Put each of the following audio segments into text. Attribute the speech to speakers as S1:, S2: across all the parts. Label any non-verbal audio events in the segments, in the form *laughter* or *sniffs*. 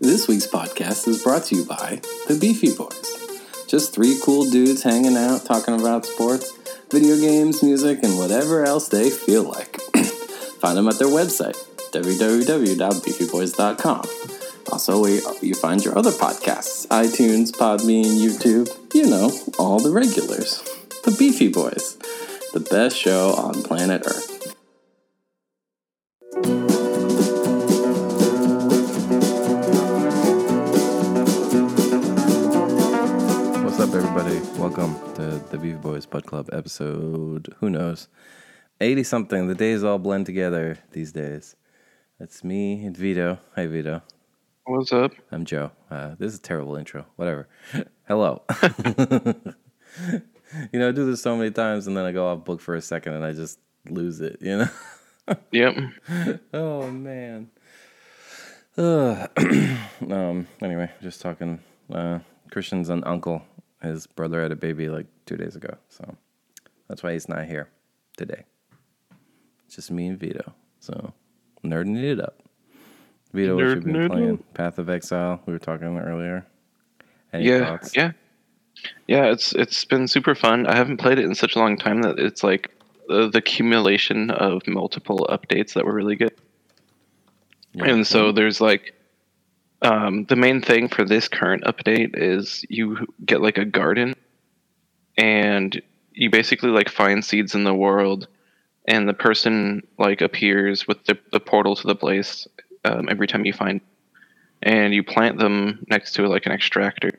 S1: This week's podcast is brought to you by the Beefy Boys. Just three cool dudes hanging out, talking about sports, video games, music, and whatever else they feel like. *clears throat* find them at their website, www.beefyboys.com. Also, we, you find your other podcasts iTunes, Podbean, YouTube, you know, all the regulars. The Beefy Boys, the best show on planet Earth. What's up, everybody? Welcome to the Beef Boys Bud Club episode, who knows, 80 something. The days all blend together these days. That's me and Vito. Hi, Vito.
S2: What's up?
S1: I'm Joe. Uh, this is a terrible intro. Whatever. *laughs* Hello. you know, I do this so many times and then I go off book for a second and I just lose it, you know?
S2: Yep.
S1: Oh man. Ugh. *clears throat* um. Anyway, just talking. Uh, Christian's an uncle. His brother had a baby like two days ago, so that's why he's not here today. It's just me and Vito. So nerding it up. Vito, what you
S2: Nerd-
S1: been
S2: nerding.
S1: playing? Path of Exile. We were talking earlier. Any
S2: Yeah.
S1: thoughts?
S2: Yeah. Yeah, it's it's been super fun. I haven't played it in such a long time that it's like the, the accumulation of multiple updates that were really good.
S1: Yeah.
S2: And so there's like um, the main thing for this current update is you get like a garden and you basically like find seeds in the world and the person like appears with the, the portal to the place um, every time you find and you plant them next to like an extractor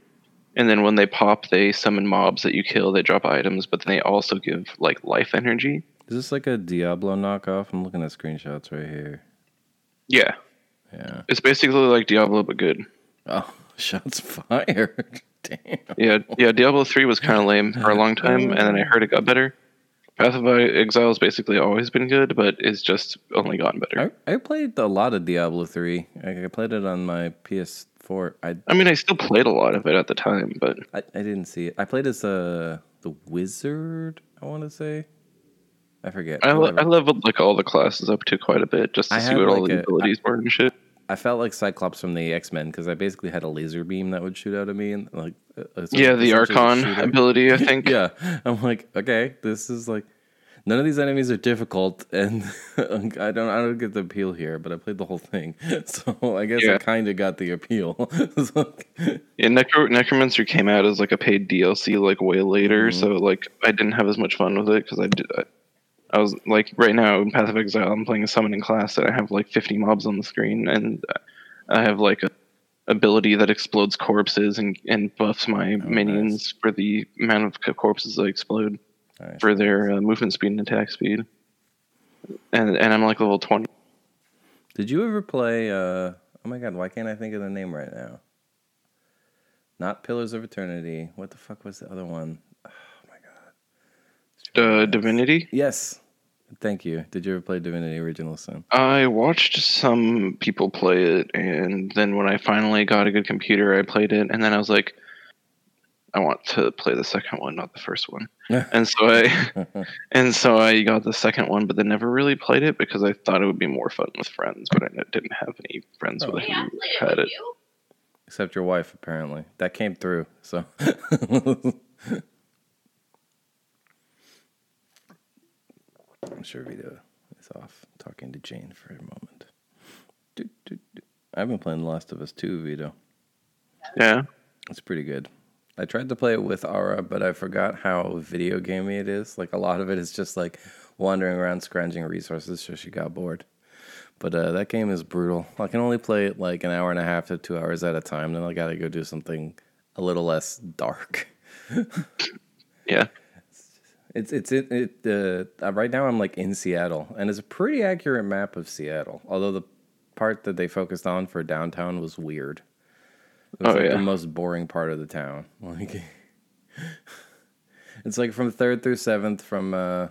S2: and then when they pop they summon mobs that you kill they drop items but then they also give like life energy
S1: Is this like a Diablo knockoff? I'm looking at screenshots right here.
S2: yeah
S1: Yeah.
S2: it's basically like diablo but good
S1: Oh, *laughs* shots fired. *laughs* Damn.
S2: Yeah, yeah. Diablo three was kind of lame for a long time, and then I heard it got better. Path of Exile's basically always been good, but it's just only gotten better.
S1: I, I played a lot of Diablo 3. I, I played it on my PS4. I,
S2: I mean, I still played a lot of it at the time, but
S1: I I didn't see it. I played as uh, the wizard, I want to say. I forget.
S2: I, le-
S1: Whatever.
S2: I leveled like all the classes up to quite a bit just to
S1: I
S2: see
S1: have,
S2: what all
S1: like,
S2: the
S1: a-
S2: abilities were and shit.
S1: I felt like Cyclops from the X Men because I basically had a laser beam that would shoot out of me and like. uh, uh,
S2: Yeah, the
S1: essentially
S2: Archon
S1: shoot out-
S2: ability, I
S1: *laughs*
S2: think.
S1: yeah, I'm like, okay, this is like, none of these enemies are difficult, and *laughs* I don't, I don't get the appeal here. But I played the whole thing, *laughs* so I guess I
S2: Yeah.
S1: kind of got the appeal. *laughs* It's like-
S2: yeah Necro- Necromancer came out as like a paid DLC like way later, so like I didn't have as much fun with it because I did. I, I was like right now in Path of Exile, I'm playing a summoning class and I have like 50 mobs on the screen, and I have like a ability that explodes corpses and and buffs my minions for the amount of co- corpses that explode
S1: Nice,
S2: for their uh, movement speed and attack speed. And and I'm like level 20.
S1: Did you ever play? Uh, oh my god, why can't I think of the name right now? Not Pillars of Eternity. What the fuck was the other one?
S2: Uh, Divinity.
S1: Yes, thank you. Did you ever play Divinity Original Sin?
S2: I watched some people play it, and then when I finally got a good computer, I played it, and then I was like, I want to play the second one, not the first one. and so I, and so I got the second one, but then never really played it because I thought it would be more fun with friends, but I kn- didn't have any friends with who had it.
S1: Except your wife, apparently. That came through. So, *laughs* I'm sure Vito is off talking to Jane for a moment. Doo, doo, doo. I've been playing The Last of Us 2, Vito.
S2: Yeah,
S1: It's pretty good. I tried to play it with Aura, but I forgot how video gamey it is. Like a lot of it is just like wandering around scrounging resources, so she got bored. But uh, that game is brutal. I can only play it like an hour and a half to two hours at a time. Then I gotta go do something a little less dark.
S2: yeah,
S1: It's it's it, it uh, right now I'm like in Seattle and it's a pretty accurate map of Seattle. Although the part that they focused on for downtown was weird. It was
S2: Oh,
S1: like the
S2: yeah.
S1: most boring part of the town. *laughs* Like it's like from third through seventh from uh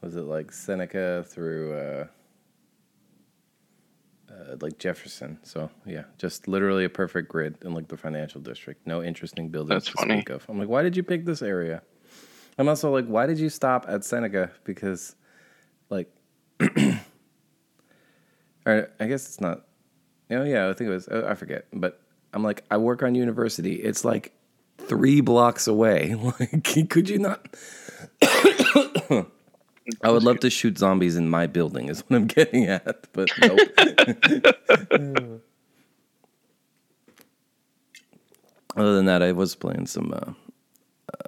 S1: was it like Seneca through uh uh, like Jefferson, so yeah, just literally a perfect grid in like the financial district. No interesting buildings
S2: That's
S1: to
S2: funny.
S1: speak of. I'm like, why did you pick this area? I'm also like, why did you stop at Seneca? Because, *clears throat* like, or I guess it's not. Oh yeah, I think it was. oh, I forget, but I'm like, I work on university. It's like three blocks away. *laughs* Like, could you not? I would love to shoot zombies in my building. Is what I'm *laughs* getting at, but nope. *laughs* Other than that, I was playing some uh,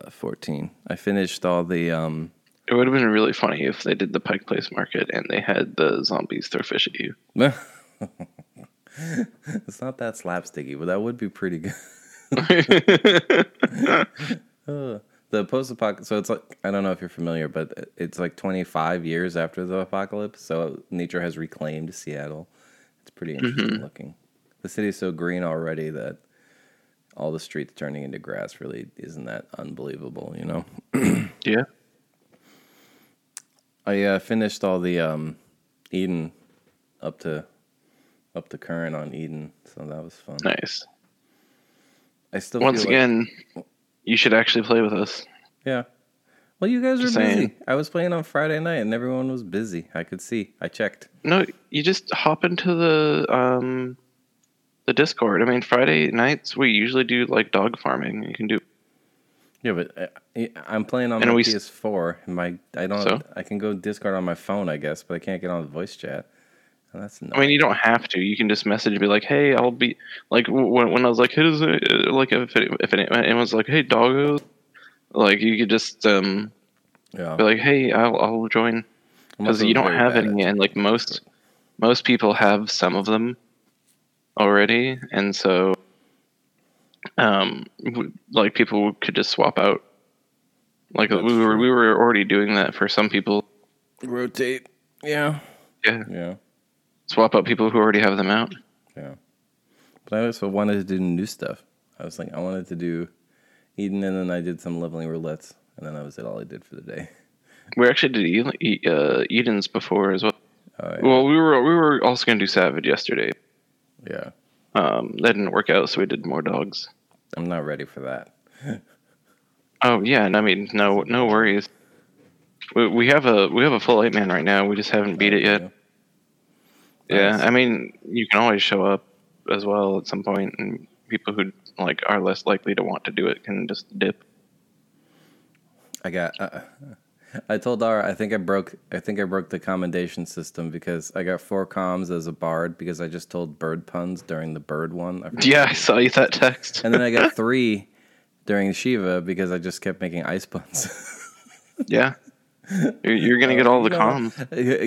S1: uh, 14. I finished all the. Um,
S2: It would have been really funny if they did the Pike Place Market and they had the zombies throw fish at you.
S1: *laughs* it's not that slapsticky, but that would be pretty good. Uh, the post apocalypse, so it's like, I don't know if you're familiar, but it's like 25 years after the apocalypse. So nature has reclaimed Seattle. It's pretty interesting looking. The city's so green already that all the streets turning into grass really isn't that unbelievable, you know?
S2: Yeah.
S1: I uh, finished all the um, Eden up to up to current on Eden, so that was fun.
S2: Nice.
S1: I still
S2: Once
S1: feel like-
S2: again, you should actually play with us.
S1: yeah. Well, you guys were
S2: Just
S1: busy.
S2: saying.
S1: I was playing on Friday night, and everyone was busy. I could see. I checked.
S2: No, you just hop into the um the Discord. I mean, Friday nights we usually do like dog farming. You can do
S1: Yeah, but uh, I'm playing on
S2: And
S1: my
S2: we s-
S1: PS4. and My I don't.
S2: So?
S1: I can go Discord on my phone, I guess, but I can't get on voice chat. And that's not.
S2: I mean, you don't have to. You can just message and be like, "Hey, I'll be like w- when, when I was like, hey, does it, uh, like if it, if it, anyone's like, hey, doggo, like you could just um
S1: yeah.
S2: be like, hey, I'll I'll join
S1: I'm
S2: because
S1: also
S2: you don't
S1: very
S2: have
S1: bad
S2: any,
S1: at-
S2: and like most most people have some of them already, and so um w- like people could just swap out. Like
S1: That's
S2: we were
S1: true.
S2: we were already doing that for some people.
S1: Rotate. Yeah.
S2: Yeah,
S1: Yeah.
S2: swap out people who already have them out.
S1: Yeah. But I also wanted to do new stuff. I was like, I wanted to do Eden, and then I did some leveling roulettes, and then that was it. All I did for the day.
S2: We actually did Eden- E- uh, Eden's before as well.
S1: Oh, yeah.
S2: Well, we were we were also gonna do Savage yesterday.
S1: yeah.
S2: Um, that didn't work out, so we did more dogs.
S1: I'm not ready for that.
S2: Oh yeah, and I mean no no worries. We, we have a we have a full eight man right now. We just haven't beat it yet. Yeah,
S1: Nice.
S2: I mean you can always show up as well at some point, and people who like are less likely to want to do it can just dip. *laughs*
S1: I got. Uh, I told Dara I think I broke. I think I broke the commendation system because I got four comms as a bard because I just told bird puns during the bird one. I forgot.
S2: Yeah, I saw you that text.
S1: And then I got three during Shiva because I just kept making ice puns.
S2: *laughs*
S1: *laughs*
S2: yeah, you're, you're gonna get all the comms.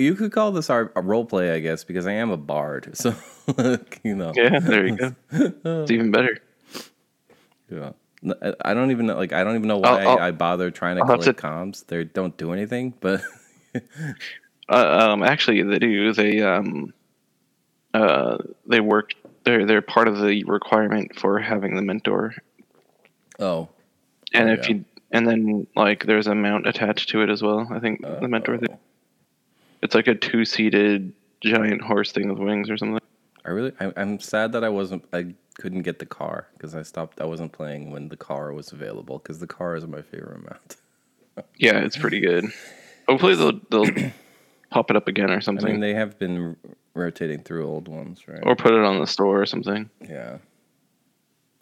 S1: *laughs* you could call this our a role play, I guess, because I am a bard. *laughs* So you know.
S2: Yeah, there you go. It's even better.
S1: Yeah. N- I- I don't even know. Like I don't even know why
S2: I'll- I'll-
S1: I, I bother trying to
S2: I'll have
S1: collect
S2: to-
S1: comms. They don't do anything, but. *laughs*
S2: Uh, um, actually, they do. They um, uh, they work. They're they're part of the requirement for having the mentor.
S1: Oh,
S2: And
S1: Oh,
S2: if
S1: yeah.
S2: you and then like there's a mount attached to it as well. I think
S1: Uh,
S2: the mentor.
S1: oh.
S2: Thing. It's like a two seated giant horse thing with wings or something.
S1: I really, I, I'm sad that I wasn't, I couldn't get the car because I stopped, I wasn't playing when the car was available because the car is my favorite mount.
S2: Yeah, it's pretty good. Hopefully they'll
S1: *coughs*
S2: they'll pop it up again or
S1: I
S2: something,
S1: mean, they have been r- rotating through old ones, right?
S2: or put it on the store or something.
S1: Yeah.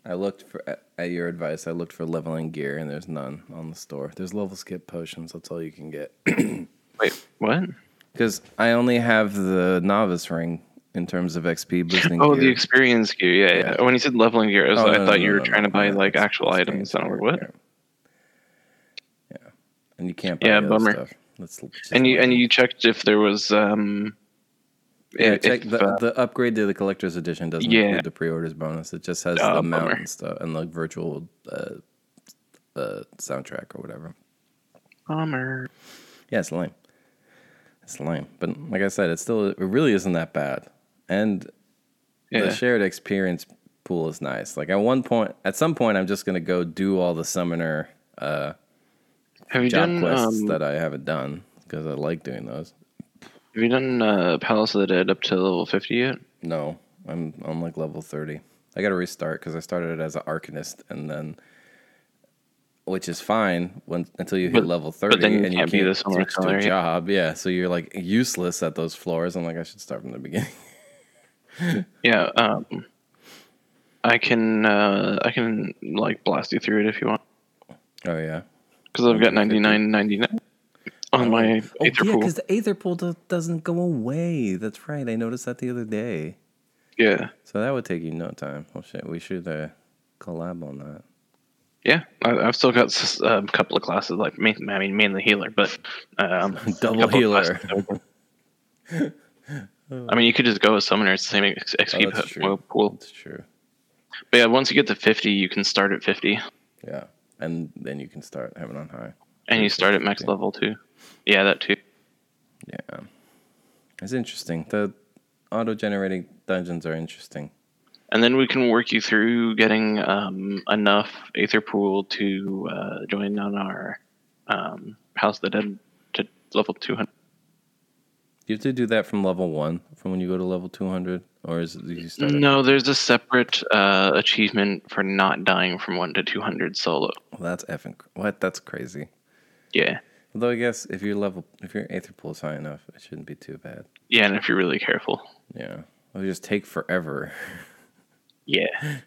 S1: I looked for, at- at your advice, I looked for leveling gear and there's none on the store. There's level skip potions, that's all you can get. *clears throat*
S2: Wait, what?
S1: Because I only have the novice ring in terms of XP boosting
S2: Oh, the
S1: gear.
S2: experience gear. Yeah, yeah. When you said leveling gear, I, was
S1: Oh,
S2: like,
S1: no,
S2: I thought
S1: no,
S2: you were
S1: no,
S2: trying
S1: no,
S2: to buy
S1: no,
S2: like
S1: it's
S2: actual items. And I'm like, what?
S1: Yeah. Yeah. And you can't buy
S2: Yeah,
S1: the other
S2: bummer.
S1: stuff. That's l- just
S2: and you
S1: lame.
S2: and you checked if there was um
S1: yeah,
S2: if-
S1: check the,
S2: uh,
S1: the upgrade to the collector's edition doesn't
S2: Yeah.
S1: include the pre-orders bonus. It just has
S2: Oh,
S1: the
S2: bummer.
S1: mount and stuff and the virtual uh, uh, soundtrack or whatever.
S2: bummer.
S1: Yeah, it's lame. It's lame, but like I said, it still it really isn't that bad. And
S2: Yeah.
S1: the shared experience pool is nice. Like at one point, at some point, I'm just gonna go do all the summoner
S2: have you
S1: job
S2: done
S1: quests
S2: um,
S1: that I haven't done because I like doing those.
S2: have you done uh, Palace of the Dead up to level fifty yet?
S1: No, I'm on like level 30. I got to restart because I started as an arcanist and then, which is fine when until you hit
S2: But-
S1: level 30
S2: but then you
S1: and
S2: can't be
S1: you
S2: the
S1: can't
S2: summoner
S1: switch to
S2: color,
S1: a
S2: yeah.
S1: job. Yeah, so you're like useless at those floors. I'm like, I should start from the beginning.
S2: Yeah, um, I can uh, I can like blast you through it if you want
S1: *laughs* Oh yeah.
S2: because I've got ninety nine ninety nine on my
S1: Oh
S2: Aether
S1: yeah,
S2: pool.
S1: because the Aether pool do- doesn't go away. That's right. I noticed that the other day.
S2: Yeah,
S1: So that would take you no time. Well, shit, we should uh, collab on that.
S2: yeah. I, I've still got s- a couple of classes like main, I mean mainly healer, but um, a
S1: *laughs* Double
S2: couple of
S1: healer.
S2: classes that we can- I mean, you could just go as summoner. It's the same X- XP
S1: Oh, that's
S2: po-
S1: true.
S2: pool.
S1: That's true.
S2: But yeah, once you get to fifty, you can start at fifty,
S1: Yeah, and then you can start having on high.
S2: and you start at max level too. Yeah, that too.
S1: Yeah, it's interesting. The auto-generating dungeons are interesting.
S2: and then we can work you through getting um, enough Aether Pool to uh, join on our um, House of the Dead to level 200.
S1: You have to do that from level one, from when you go to level two hundred, or is it you start? at-
S2: No, there's a separate uh, achievement for not dying from 1 to 200 solo.
S1: Well, that's effing. cr- What? That's crazy.
S2: Yeah.
S1: Although I guess if your level, if your aether pool is high enough, it shouldn't be too bad.
S2: Yeah, and if you're really careful.
S1: Yeah, it'll just take forever.
S2: Yeah.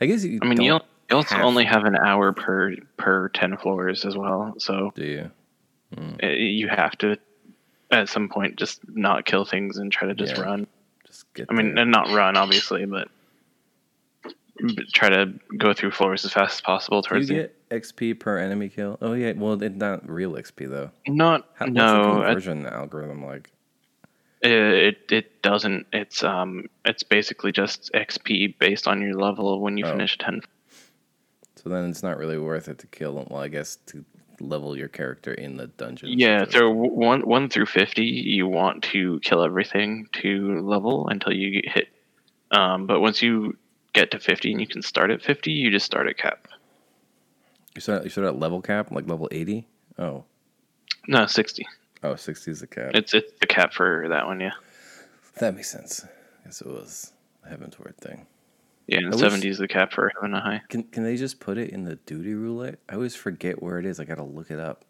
S1: I guess you.
S2: I mean,
S1: don't
S2: you al- you also
S1: have-
S2: only have an hour per per 10 floors as well, so
S1: do you? Hmm.
S2: uh, you have to at some point just not kill things and try to just
S1: Yeah.
S2: run.
S1: Just get.
S2: I mean,
S1: there.
S2: and not run, obviously, but b- try to go through floors as fast as possible
S1: Do you
S2: towards the
S1: get XP per enemy kill. Oh yeah, well it's not real XP though.
S2: not
S1: How,
S2: no
S1: what's the
S2: it,
S1: conversion algorithm like?
S2: it it doesn't it's um it's basically just xp based on your level when you
S1: Oh.
S2: finish 10
S1: So then it's not really worth it to kill. Well, I guess to level your character in the dungeon.
S2: yeah so w- 1 1 through 50 you want to kill everything to level until you get hit um but once you get to 50 and you can start at 50 you just start at cap
S1: you start you start at level cap, like level eighty. Oh,
S2: no 60
S1: oh, 60 is the cap.
S2: it's it's the cap for that one yeah
S1: that makes sense. I guess it was a heaven's word thing.
S2: yeah and
S1: wish-
S2: 70 is the cap for having a high
S1: Can can they just put it in the duty roulette? I always forget where it is. I gotta look it up.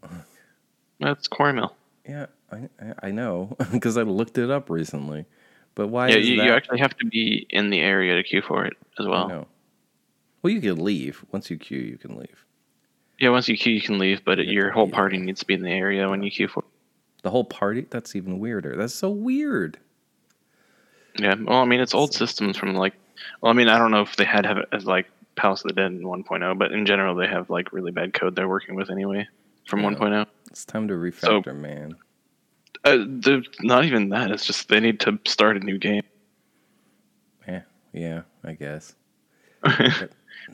S2: that's core mill
S1: yeah, I I- I know *laughs* because I looked it up recently. But why?
S2: Yeah,
S1: is
S2: you,
S1: that?
S2: you actually have to be in the area to queue for it as
S1: I
S2: well.
S1: know. Well, you can leave once you queue. You can leave.
S2: Yeah, once you queue, you can leave, but
S1: have
S2: your
S1: to
S2: whole
S1: be
S2: party needs to be in the area when you queue for it.
S1: The whole party? That's even weirder. That's so weird.
S2: Yeah, well, I mean, it's old systems from like, well, I mean, I don't know if they had have it as like Palace of the Dead in 1.0, but in general, they have like really bad code they're working with anyway from 1.0.
S1: It's time to refactor, man.
S2: Uh, they're- not even that, it's just they need to start a new game, *laughs*
S1: Yeah, yeah, I guess.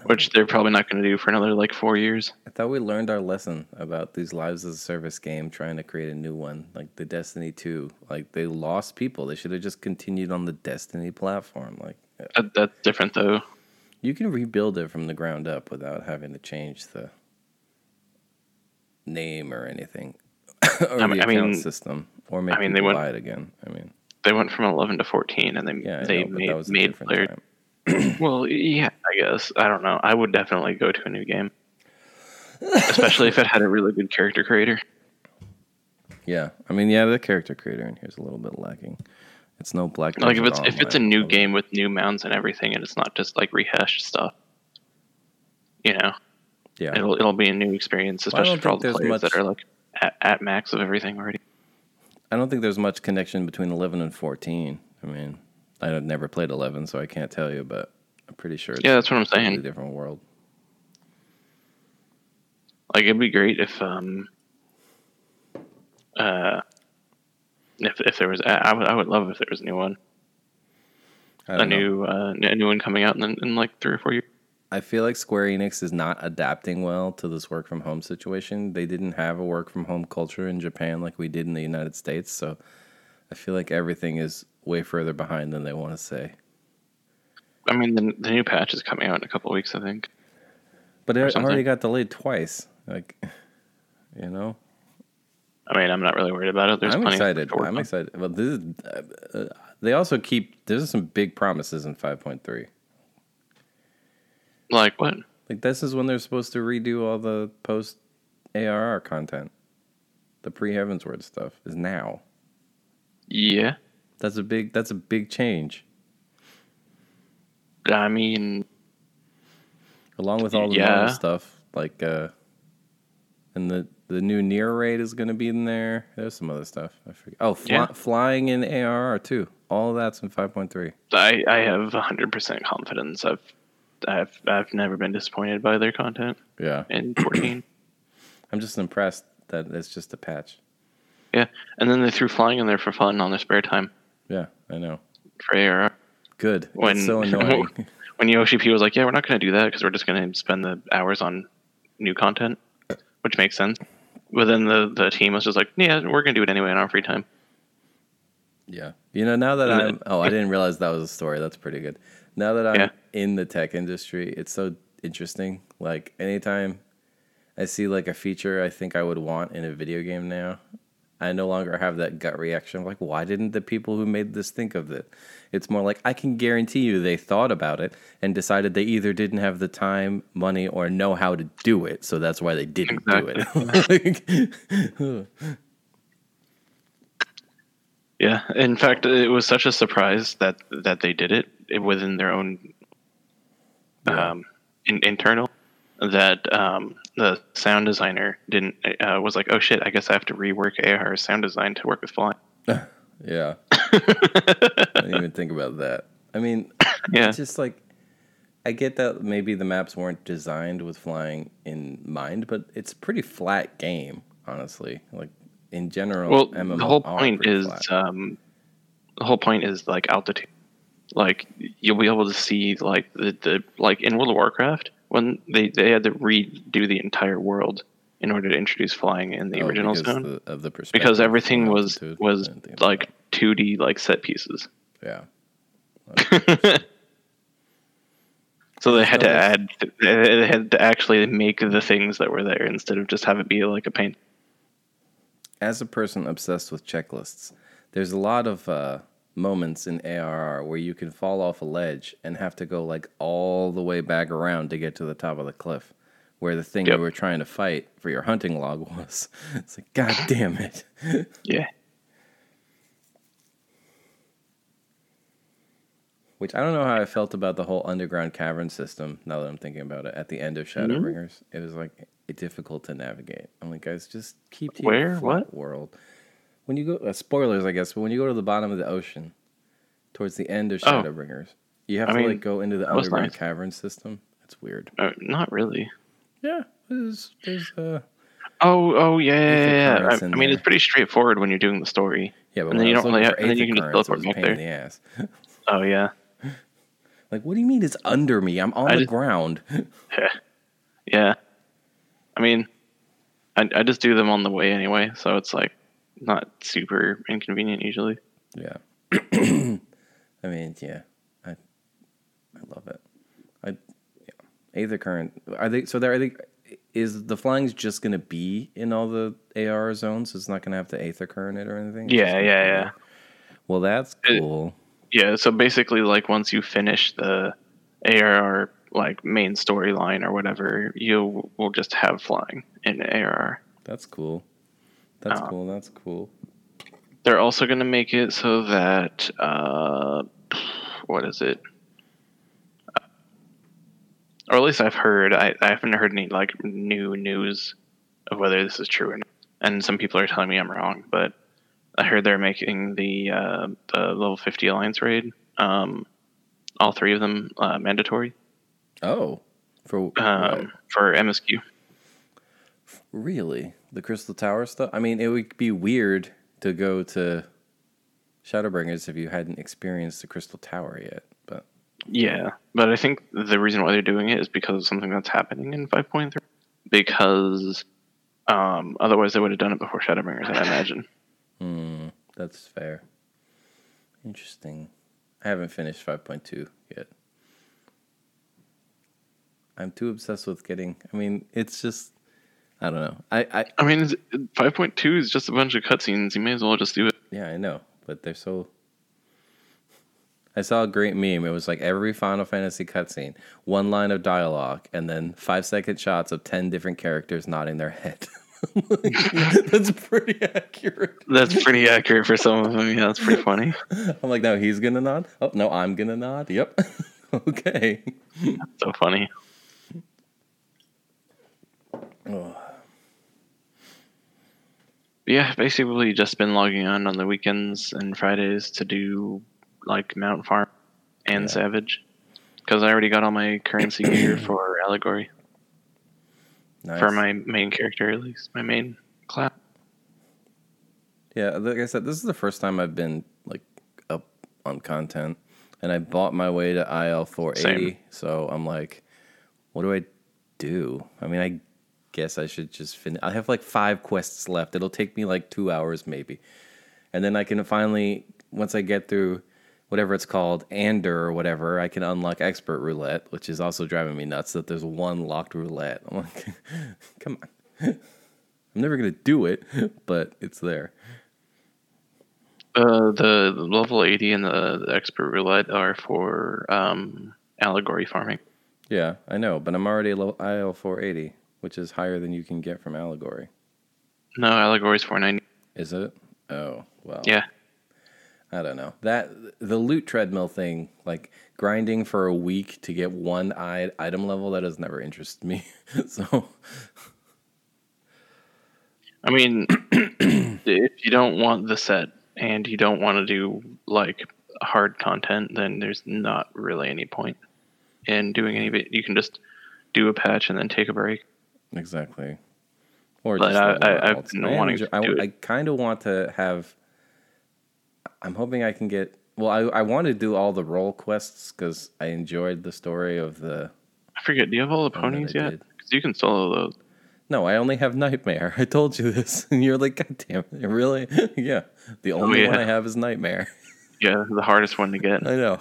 S2: which they're probably not going to do for another like four years.
S1: I thought we learned our lesson about these lives as a service game trying to create a new one, like the Destiny 2. Like they lost people. They should have just continued on the Destiny platform. Like
S2: That, that's different though.
S1: you can rebuild it from the ground up without having to change the name or anything. *coughs* or
S2: I
S1: the
S2: mean- I
S1: account
S2: mean-
S1: system. Or make
S2: I mean, they
S1: people
S2: went-
S1: buy it again. I mean,
S2: They went from 11 to 14 and they,
S1: yeah, I know,
S2: they
S1: but that
S2: made,
S1: was a
S2: made
S1: different
S2: player
S1: time.
S2: Well, yeah, I guess. I don't know. I would definitely go to a new game. Especially if it had a really good
S1: *laughs*
S2: character creator.
S1: Yeah, I mean, yeah, the character creator in here is a little bit lacking. It's no black.
S2: Like if
S1: Desert
S2: it's if it's a
S1: Online.
S2: new game with new mounds and everything and it's not just like rehashed stuff. You know,
S1: yeah,
S2: it'll it'll be a new experience,
S1: Well, I
S2: especially
S1: don't
S2: for all
S1: think
S2: the
S1: there's
S2: players that
S1: much-
S2: are like at, at max of everything already.
S1: I don't think there's much connection between eleven and fourteen. I mean, I've never played eleven, so I can't tell you, but I'm pretty sure. It's
S2: Yeah, that's what I'm
S1: a completely
S2: saying.
S1: different world.
S2: Like it'd be great if um uh if if there was I, I would I would love if there was a new one.
S1: I
S2: A
S1: don't know.
S2: new uh, a new one coming out in, in like 3 or 4 years.
S1: I feel like Square Enix is not adapting well to this work from home situation. They didn't have a work from home culture in Japan like we did in the United States, so I feel like everything is way further behind than they want to say.
S2: I mean, the, the new patch is coming out in a couple weeks, I think.
S1: But it
S2: something.
S1: already got delayed twice. Like, *laughs* you know.
S2: I mean, I'm not really worried about it. There's
S1: I'm
S2: plenty
S1: excited.
S2: Of
S1: I'm excited. Well, this is, uh, uh, they also keep there's some big promises in 5.3.
S2: Like what?
S1: Like this is when they're supposed to redo all the post ARR content. The pre Heavensward stuff is now.
S2: Yeah.
S1: That's a big that's a big change.
S2: I mean,
S1: Along with all the
S2: Yeah.
S1: modern stuff, like uh and the the new near raid is going to be in there. There's some other stuff. I forget. Oh, fly,
S2: Yeah.
S1: flying in ARR too. All of that's in 5.3.
S2: I I have 100% confidence. I've I've I've never been disappointed by their content
S1: Yeah. *clears throat*
S2: in 14.
S1: I'm just impressed that it's just a patch.
S2: yeah, and then they threw flying in there for fun on their spare time
S1: Yeah, I know.
S2: for AR.
S1: Good.
S2: When
S1: it's
S2: *laughs*
S1: so annoying.
S2: when Yoshi P was like, "Yeah, we're not going to do that because we're just going to spend the hours on new content," which makes sense. But then the the team was just like, "Yeah, we're going to do it anyway in our free time."
S1: Yeah. You know, now that
S2: And
S1: I'm oh, I didn't realize that was a story. That's pretty good. Now that I'm
S2: Yeah.
S1: in the tech industry, it's so interesting. Like anytime I see like a feature I think I would want in a video game now, I no longer have that gut reaction of like, why didn't the people who made this think of it? It's more like I can guarantee you they thought about it and decided they either didn't have the time, money, or know how to do it, so that's why they didn't do it. *laughs* Like,
S2: Yeah, in fact, it was such a surprise that that they did it eh, within their own um, in, internal that um, the sound designer didn't uh, was like, "Oh shit, I guess I have to rework AR's sound design to work with flying." *laughs*
S1: Yeah. I didn't even think about that. I mean,
S2: Yeah,
S1: it's just like, I get that maybe the maps weren't designed with flying in mind, but it's a pretty flat game, honestly. Like, in general,
S2: well,
S1: MMOs
S2: the whole
S1: are
S2: point
S1: pretty
S2: is
S1: flat.
S2: um, the whole point is like altitude. Like you'll be able to see like the, the like in World of Warcraft when they they had to redo the entire world in order to introduce flying in the
S1: Oh,
S2: original
S1: because
S2: zone.
S1: the- of the perspective.
S2: because everything
S1: from
S2: was
S1: altitude. I
S2: was
S1: didn't think about
S2: like 2D like set pieces.
S1: that. yeah.
S2: So they had to
S1: noticed-
S2: add they had to actually make the things that were there instead of just have it be like a paint.
S1: as a person obsessed with checklists, there's a lot of uh, moments in ARR where you can fall off a ledge and have to go like all the way back around to get to the top of the cliff where the thing
S2: Yep.
S1: you were trying to fight for your hunting log *laughs* was. It's like, God damn it.
S2: Yeah.
S1: Which I don't know how I felt about the whole underground cavern system now that I'm thinking about it at the end of
S2: Mm-hmm.
S1: Shadowbringers. It was like difficult to navigate. I'm like, guys, just keep to
S2: Where?
S1: your flat
S2: What?
S1: world. When you go uh, spoilers, I guess, but when you go to the bottom of the ocean, towards the end of
S2: Oh.
S1: Shadowbringers, you have
S2: I
S1: to
S2: mean,
S1: like go into the
S2: that was
S1: underground
S2: nice.
S1: cavern system. It's weird.
S2: Uh, not really.
S1: Yeah, there's there's uh
S2: Oh, oh yeah, yeah, yeah, yeah.
S1: currents
S2: I, I
S1: in
S2: mean,
S1: there.
S2: it's pretty straightforward when you're doing the story.
S1: yeah, but when
S2: And then
S1: I
S2: you
S1: was
S2: don't really
S1: looking
S2: have-
S1: for
S2: and then you
S1: aether
S2: can just
S1: currents, it
S2: teleport
S1: was a
S2: back
S1: pain in the ass.
S2: Oh yeah,
S1: like, what do you mean it's under me? I'm on
S2: I
S1: the
S2: just-
S1: ground. *laughs*
S2: yeah. I mean, I I just do them on the way anyway, so it's like not super inconvenient usually.
S1: Yeah. *clears throat* I mean, yeah. I I love it. I yeah. Aether current are they so there are they is the flying's just gonna be in all the AR zones? It's not gonna have to aether current it or anything? It's just
S2: Yeah,
S1: gonna
S2: yeah,
S1: be
S2: yeah.
S1: there? Well that's
S2: It-
S1: cool.
S2: Yeah, so basically, like once you finish the ARR like main storyline or whatever, you will just have flying in ARR.
S1: That's cool. That's
S2: Uh,
S1: cool, that's cool.
S2: They're also going to make it so that uh, what is it? Or at least I've heard. I, I haven't heard any like new news of whether this is true or not. And some people are telling me I'm wrong, but I heard they're making the uh, the level fifty alliance raid. Um, all three of them uh, mandatory.
S1: Oh. For what?
S2: um, for MSQ.
S1: Really? The Crystal Tower stuff? I mean, it would be weird to go to Shadowbringers if you hadn't experienced the Crystal Tower yet, but
S2: Yeah, but I think the reason why they're doing it is because of something that's happening in 5.3. Because um, otherwise, they would have done it before Shadowbringers, I imagine.
S1: That's fair. Interesting. I haven't finished 5.2 yet. I'm too obsessed with getting. I mean, it's just. I don't know. I, I
S2: I mean, it's- 5.2 is just a bunch of cutscenes. You may as well just do it.
S1: yeah, I know, but they're so. I saw a great meme. It was like every Final Fantasy cutscene, one line of dialogue, and then five second shots of ten different characters nodding their head. *laughs* Like, that's pretty accurate.
S2: That's pretty accurate for some of them. Yeah, that's pretty funny.
S1: I'm like, no, he's gonna nod. Oh no, I'm gonna nod. Yep. *laughs* okay.
S2: *laughs* So funny.
S1: Oh,
S2: Yeah, basically just been logging on on the weekends and Fridays to do like Mount Farm and
S1: Yeah.
S2: Savage because I already got all my *clears throat* currency gear for Allegory
S1: nice.
S2: for my main character at least my main class.
S1: Yeah, like I said, this is the first time I've been like up on content, and I bought my way to IL four
S2: Same.
S1: eighty. So I'm like, what do I do? I mean, I guess I should just finish. I have like five quests left. It'll take me like two hours maybe, and then I can finally once I get through whatever it's called, Ander or whatever, I can unlock Expert Roulette, which is also driving me nuts that there's one locked roulette. I'm like, *laughs* come on. *laughs* I'm never gonna do it, *laughs* but it's there.
S2: Uh, the the level eighty and the, the expert roulette are for um, allegory farming.
S1: Yeah, I know, but I'm already low IL 480, which is higher than you can get from Allegory.
S2: No, allegory's four ninety.
S1: Is it? Oh, well.
S2: Yeah,
S1: I don't know. That the loot treadmill thing, like grinding for a week to get one i- item level that has never interested me. *laughs* so, *clears throat*
S2: I mean, if you don't want the set and you don't want to do like hard content, then there's not really any point in doing any of it. You can just do a patch and then take a break.
S1: exactly. Or
S2: But I-
S1: level
S2: I- I've
S1: worlds.
S2: been
S1: I am
S2: wanting
S1: ju-
S2: to
S1: I,
S2: do it.
S1: kind of want to have I'm hoping I can get well, I, I want to do all the role quests cuz I enjoyed the story of the
S2: I forget. Do you have all the
S1: Oh, no, they
S2: ponies yet?
S1: did.
S2: 'Cause you can solo those.
S1: No, I only have Nightmare. I told you this. *laughs* And you're like, God damn it. Really? *laughs* yeah. The only
S2: Oh, yeah.
S1: one I have is Nightmare. *laughs*
S2: Yeah, the hardest one to get.
S1: I know.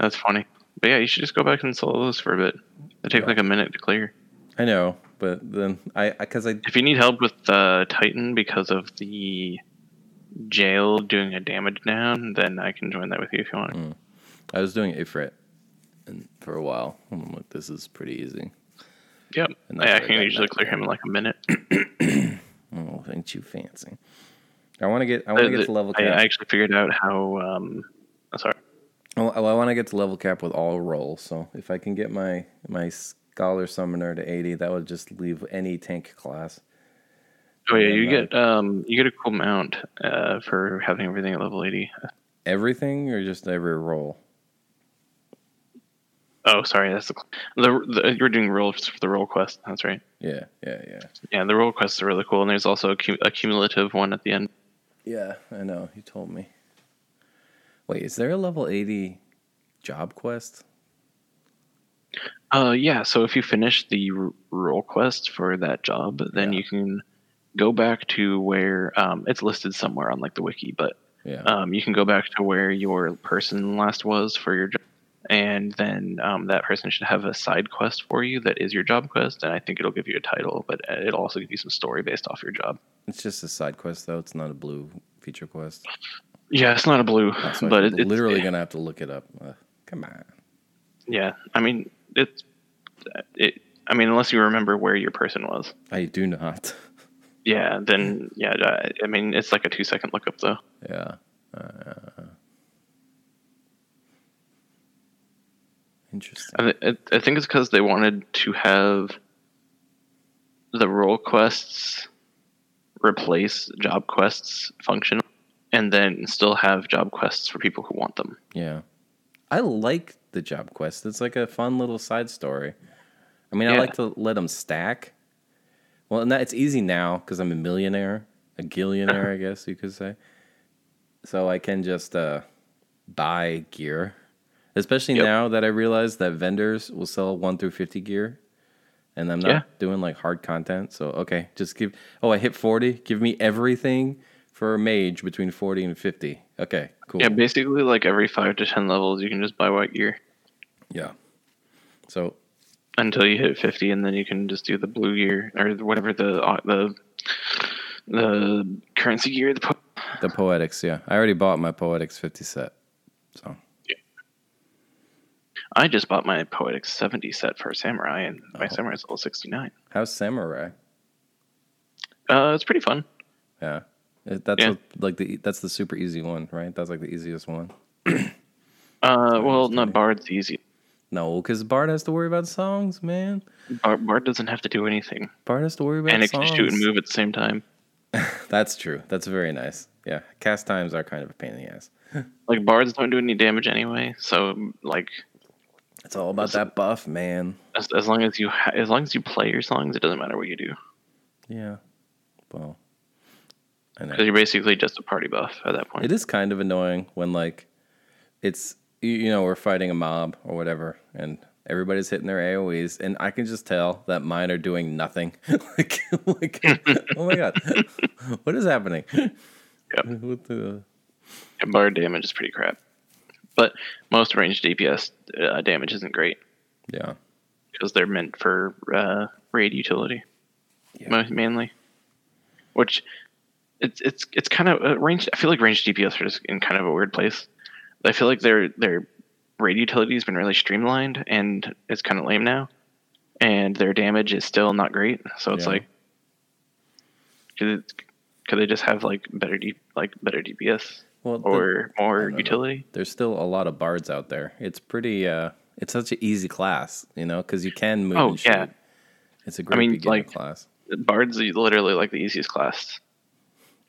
S2: That's funny. But yeah, you should just go back and solo those for a bit. They take like a minute to clear.
S1: I know. But then I, because I,
S2: If you need help with uh, Titan because of the jail doing a damage down, then I can join that with you if you want.
S1: Mm. I was doing Ifrit and for a while. And I'm like, this is pretty easy.
S2: Yep.
S1: And that's where
S2: Yeah, I
S1: I
S2: can
S1: got
S2: usually
S1: that
S2: clear him in like a minute.
S1: Oh, ain't you fancy? I want to get, I want to
S2: Uh, The-
S1: get to level
S2: I,
S1: cap.
S2: I actually figured out how. Um, I'm sorry.
S1: I, want to get to level cap with all roles. So if I can get my, my Scholar Summoner to 80, that would just leave any tank class.
S2: Oh yeah, you
S1: then,
S2: get um, you get a cool mount uh, for having everything at level eighty.
S1: Everything or just every role?
S2: Oh, sorry, that's the the, the you're doing rolls for the roll quest. That's right.
S1: Yeah. Yeah. Yeah.
S2: Yeah, the roll quests are really cool, and there's also a, cu- a cumulative one at the end.
S1: Yeah, I know. You told me. Wait, is there a level 80 job quest?
S2: Uh, yeah. So if you finish the r- role quest for that job, then
S1: Yeah.
S2: you can go back to where um, it's listed somewhere on like the wiki, but
S1: Yeah.
S2: um, you can go back to where your person last was for your job, and then um, that person should have a side quest for you that is your job quest, and I think it'll give you a title, but uh, it'll also give you some story based off your job.
S1: it's just a side quest, though. It's not a blue feature
S2: *sniffs*
S1: quest.
S2: Yeah, it's not a blue,
S1: So
S2: but
S1: I'm
S2: it, it's
S1: literally going to have to look it up. Uh, come on.
S2: yeah. I mean, it's it. I mean, unless you remember where your person was,
S1: I do not. *laughs*
S2: yeah, then yeah. I- I mean, it's like a two second lookup though.
S1: yeah. Uh, interesting.
S2: I, th- I think it's because they wanted to have the role quests replace job quests function and then still have job quests for people who want them.
S1: Yeah. I like the job quest. It's like a fun little side story. I mean, I
S2: Yeah.
S1: like to let them stack. Well, and that, it's easy now because I'm a millionaire, a
S2: *laughs*
S1: gillionaire, I guess you could say. So I can just uh, buy gear, especially
S2: Yep.
S1: now that I realize that vendors will sell one through fifty gear, and I'm not
S2: Yeah.
S1: doing like hard content. So okay, just give. Oh, I hit forty. Give me everything for a mage between forty and fifty. Okay, cool.
S2: Yeah, basically, like every five to ten levels, you can just buy white gear
S1: yeah. So
S2: until you hit fifty, and then you can just do the blue gear or whatever the uh, the the currency gear. The po-
S1: The Poetics, yeah. I already bought my Poetics 50 set. So,
S2: I just bought my poetic seventy set for samurai, and my
S1: Oh.
S2: samurai's level sixty nine.
S1: how's Samurai?
S2: Uh, it's pretty fun.
S1: Yeah, It- that's
S2: Yeah.
S1: what- like the e, that's the super easy one, right? That's like the easiest one.
S2: Uh, well, not Bard's easy.
S1: No, because Bard has to worry about songs, man.
S2: Bard, Bard doesn't have to do anything,
S1: Bard has to worry about
S2: and it can
S1: songs.
S2: shoot and move at the same time.
S1: That's true. That's very nice. Yeah, cast times are kind of a pain in the ass.
S2: Like bards don't do any damage anyway, so like
S1: It's all about that buff, man.
S2: as, as long as you ha- as long as you play your songs, it doesn't matter what you do
S1: Yeah. Well, I know.
S2: because you're basically just a party buff at that point.
S1: It is kind of annoying when like it's you- you know we're fighting a mob or whatever, and everybody's hitting their AOE's, and I can just tell that mine are doing nothing. *laughs* like,
S2: *laughs*
S1: like, oh my god, *laughs* what is happening?
S2: Yep.
S1: *laughs* What the-
S2: And Bard damage is pretty crap, but most ranged DPS uh, damage isn't great
S1: Yeah,
S2: because they're meant for uh, raid utility,
S1: Yeah.
S2: mo- mainly. Which it's it's it's kind of uh, range. I feel like ranged DPS are just in kind of a weird place. I feel like their their raid utility has been really streamlined and it's kind of lame now, and their damage is still not great. So it's
S1: Yeah.
S2: like, could, it, could they just have like better D, like better DPS
S1: Well, the-
S2: or
S1: don't
S2: more
S1: know.
S2: utility?
S1: there's still a lot of bards out there. It's pretty. uh It's such an easy class, you know, because you can move.
S2: Oh,
S1: and shoot.
S2: yeah.
S1: It's a great
S2: mean,
S1: beginner
S2: like-
S1: class.
S2: Bards literally like the easiest class.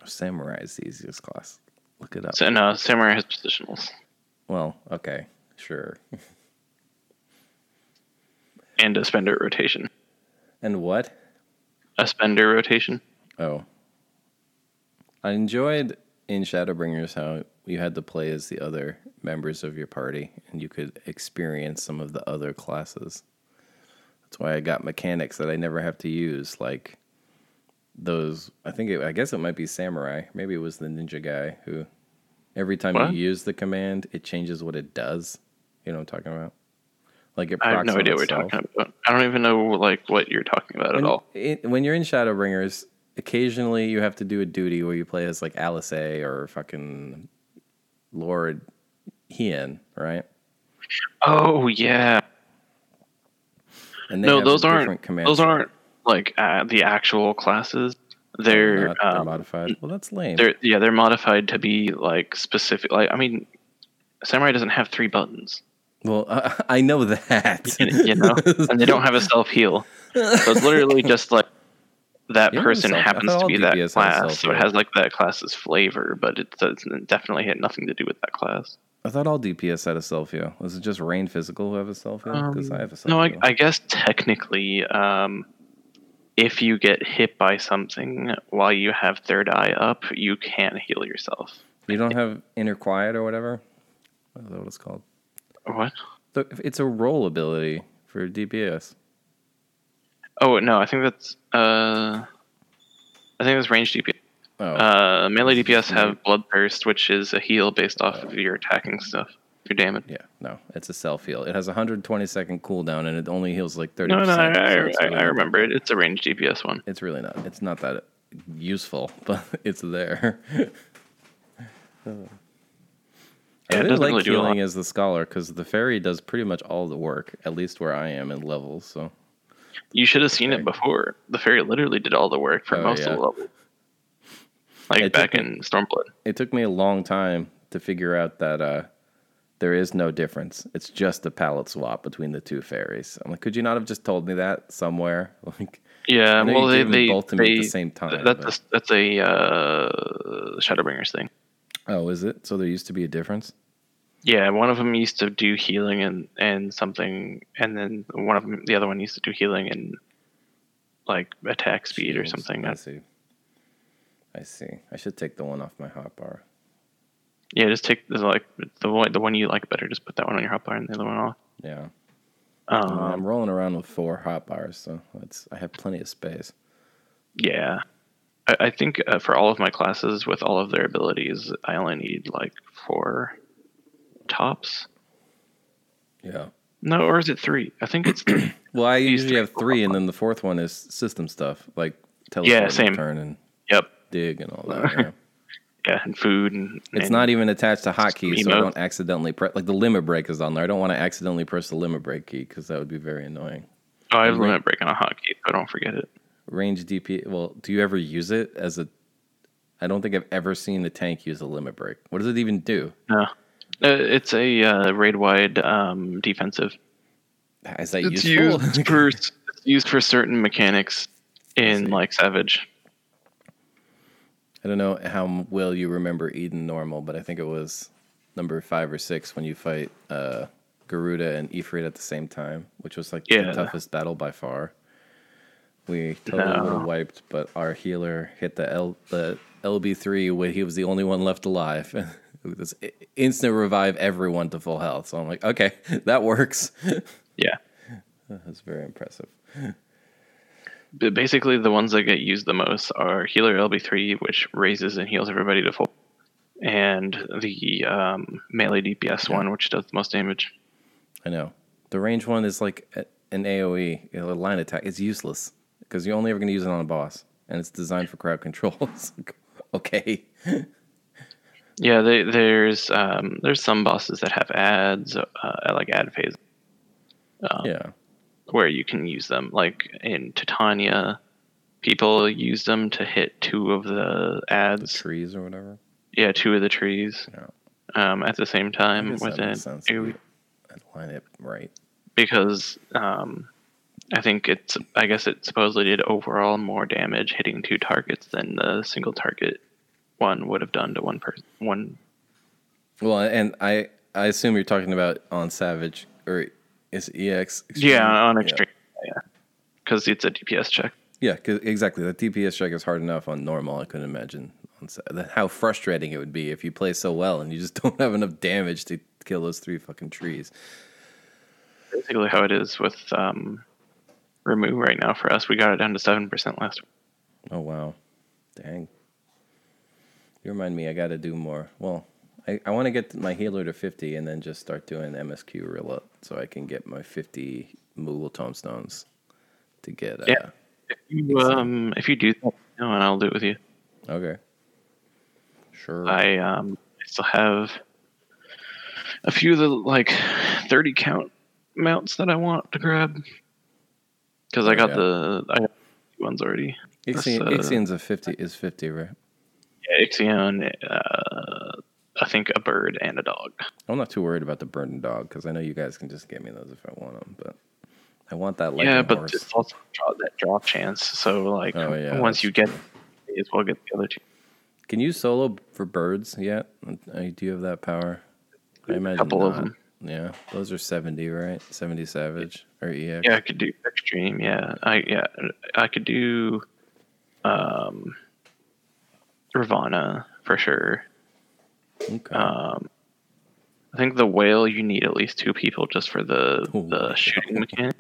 S1: Samurai is the easiest class. Look it up.
S2: So no, samurai has positionals.
S1: well, okay, sure.
S2: and a spender rotation.
S1: And what?
S2: A spender rotation.
S1: Oh. I enjoyed in Shadowbringers how you had to play as the other members of your party and you could experience some of the other classes. That's why I got mechanics that I never have to use, like those. I think it, I guess it might be samurai. Maybe it was the ninja guy who, every time
S2: What?
S1: you use the command, it changes what it does. You know what I'm talking about? Like it.
S2: I have
S1: procs
S2: no
S1: on
S2: idea what
S1: itself.
S2: you're talking about. I don't even know like what you're talking about at all.
S1: It, when you're in Shadowbringers, occasionally you have to do a duty where you play as like Alice A or fucking Lord Hien, right?
S2: Oh yeah.
S1: And they
S2: No,
S1: have
S2: those aren't
S1: different commands.
S2: those aren't like uh, the actual classes. They're
S1: Not-
S2: um,
S1: they're modified. Well, that's lame.
S2: they're yeah they're modified to be like specific. Like I mean, samurai doesn't have three
S1: *laughs*
S2: buttons.
S1: Well, uh, I know that.
S2: *laughs* you know, and they don't have a self heal. So
S1: *laughs*
S2: it's literally just like that
S1: You don't have
S2: person
S1: self- I
S2: happens
S1: thought
S2: to
S1: all
S2: be that
S1: DPS had
S2: class, so it
S1: self-heal.
S2: has like that class's flavor, but it doesn't definitely had nothing to do with that class.
S1: I thought all DPS had a self heal. Was it just Rain Physical who have a self heal? Because I have a self
S2: Um, No, I,
S1: heal.
S2: I guess technically, um, if you get hit by something while you have third eye up, you can heal yourself.
S1: You don't have Inner Quiet or whatever? I don't know what it's called.
S2: What?
S1: So It's a roll ability for DPS.
S2: Oh no, I think that's uh, I think that's range DPS.
S1: Oh,
S2: Uh, melee DPS have Bloodthirst, which is a heal based off of your attacking stuff, your damage.
S1: Yeah, no, it's a self heal. It has a 120 second cooldown and it only heals like 30%.
S2: No, no, I,
S1: so
S2: I,
S1: it's
S2: I,
S1: really
S2: I
S1: not-
S2: remember it. It's a range DPS one.
S1: It's really not. It's not that useful, *laughs* but it's there. *laughs* I
S2: it
S1: really
S2: doesn't
S1: like
S2: really do a lot.
S1: healing as the scholar because the fairy does pretty much all the work, at least where I am in levels. So
S2: You should have seen it before. The fairy literally did all the work for
S1: Oh,
S2: most
S1: yeah.
S2: of the level. Like
S1: It
S2: back
S1: took
S2: in Stormblood.
S1: it took me a long time to figure out that uh, there is no difference. It's just a palette swap between the two fairies. I'm like, could you not have just told me that somewhere? *laughs* Like,
S2: Yeah,
S1: I know you
S2: Uh, well, they,
S1: gave them
S2: they
S1: both to me at the
S2: they-
S1: same time,
S2: That's
S1: but-
S2: a, that's a uh, Shadowbringers thing.
S1: oh, is it? So there used to be a difference?
S2: Yeah, one of them used to do healing and and something, and then one of them, the other one used to do healing and like attack speed or
S1: Shields.
S2: something.
S1: I see. I see. I should take the one off my hotbar.
S2: Yeah, just take the like the one the one you like better. Just put that one on your hotbar and the other one off.
S1: Yeah. I mean,
S2: Um,
S1: I'm rolling around with four hotbars, so it's I have plenty of space.
S2: yeah, I, I think uh, for all of my classes with all of their abilities, I only need like four tops.
S1: Yeah.
S2: No, or is it three? I think it's
S1: *clears throat*
S2: three.
S1: Well, I
S2: These
S1: usually
S2: three
S1: have
S2: are
S1: three, and then the fourth one is system stuff like teleport,
S2: Yeah,
S1: and
S2: same.
S1: turn, and
S2: yep.
S1: dig, and all
S2: *laughs*
S1: that. yeah.
S2: Yeah, and food and
S1: It's
S2: and-
S1: not even attached to hotkeys, so I
S2: emotes.
S1: don't accidentally press. Like the limit break is on there. I don't want to accidentally press the limit break key because that would be very annoying.
S2: Oh, I have limit break on a hotkey, so I don't forget it.
S1: range DP. Well, do you ever use it as a? I don't think I've ever seen a tank use a limit break. What does it even do?
S2: No, Uh, it's a uh, raid wide um, defensive.
S1: Is that
S2: It's
S1: useful?
S2: used *laughs* for it's used for certain mechanics in
S1: see.
S2: like Savage.
S1: I don't know how m- well you remember Eden Normal, but I think it was number five or six when you fight uh, Garuda and Ifrit at the same time, which was like
S2: Yeah.
S1: the toughest battle by far. We totally
S2: No.
S1: would have wiped, but our healer hit the L the LB three when he was the only one left alive. *laughs* It was i- instant revive everyone to full health. So I'm like, okay, *laughs* that works.
S2: Yeah,
S1: That's very impressive.
S2: but basically the ones that get used the most are Healer LB3, which raises and heals everybody to full, and the um, melee DPS one, which does the most damage.
S1: I know. The range one is like a- an AoE, you know, a line attack. It's useless because you're only ever going to use it on a boss, and it's designed for crowd control. *laughs* It's like, okay.
S2: Yeah, they, there's um, there's some bosses that have ads, uh, like ad phase,
S1: Yeah.
S2: where you can use them. Like in Titania, people use them to hit two of the ads.
S1: Trees or whatever.
S2: yeah, two of the trees um, at the same
S1: I
S2: time
S1: guess that
S2: within
S1: makes sense.
S2: AoE,
S1: And line it right.
S2: because um, I think it's I guess it supposedly did overall more damage hitting two targets than the single target one would have done to one person. One
S1: Well, and I I assume you're talking about on Savage or is E EX? Extreme?
S2: yeah on extreme yeah because it's a DPS check.
S1: Yeah, 'cause- exactly. The DPS check is hard enough on normal. I couldn't imagine on sa- that- how frustrating it would be if you play so well and you just *laughs* don't have enough damage to kill those three fucking trees.
S2: Basically, how it is with um, remove right now for us, we got it down to seven percent last.
S1: Oh wow, dang! You remind me. I got to do more. Well, I, I want to get my healer to fifty and then just start doing MSQ real up so I can get my fifty Moogle tombstones to get. Uh,
S2: Yeah. If you um if you do that, no, and I'll do it with you.
S1: Okay. Sure.
S2: I um, I still have a few of the like 30 count mounts that I want to grab because I
S1: Oh,
S2: got
S1: yeah.
S2: the I got the ones already.
S1: Ixion,
S2: that's, uh,
S1: Ixion's a fifty is fifty, right?
S2: Yeah, Ixion, uh, I think a bird and a dog.
S1: I'm not too worried about the burden dog because I know you guys can just get me those if I want them, but I want that lightning
S2: yeah, but
S1: horse.
S2: it's also draw, that draw chance. So like
S1: Oh, yeah,
S2: once
S1: that's
S2: you get, you as well get the other two.
S1: Can you solo for birds yet? I do you have that power. I imagine
S2: couple of
S1: not.
S2: them.
S1: Yeah, those are seventy, right? Seventy Savage or E EX.
S2: Yeah, I could do extreme. Yeah, I yeah I could do, um, Ravana for sure.
S1: Okay.
S2: Um, I think the whale you need at least two people just for the
S1: Oh my
S2: the shooting mechanic.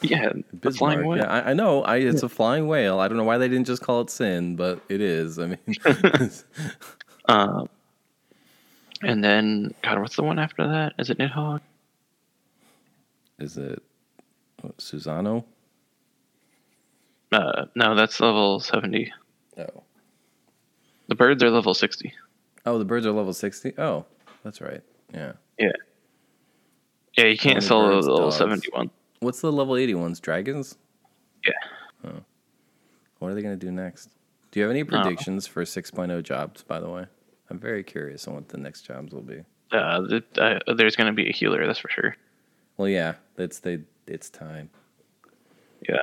S2: Yeah, the
S1: Bismarck,
S2: flying whale.
S1: Yeah, I, I know. I, it's a flying whale. I don't know why they didn't just call it Sin, but it is. I
S2: *laughs*
S1: mean, *laughs*
S2: And then God, what's the one after that? Is it Nidhogg?
S1: is it what, Susano?
S2: Uh, no, that's level seventy.
S1: Oh,
S2: The birds are level sixty.
S1: oh, the birds are level sixty. Oh, that's right. Yeah.
S2: Yeah. Yeah, you can't
S1: Only
S2: sell the
S1: birds,
S2: level
S1: dogs.
S2: seventy one.
S1: What's the level eighty ones? Dragons. Oh.
S2: Yeah.
S1: What are they going to do next? Do you have any predictions for 6.0 jobs, by the way? I'm very curious on what the next jobs will be.
S2: Uh, th uh, there's going to be a healer, that's for sure.
S1: Well, yeah, it's they, it's time.
S2: Yeah.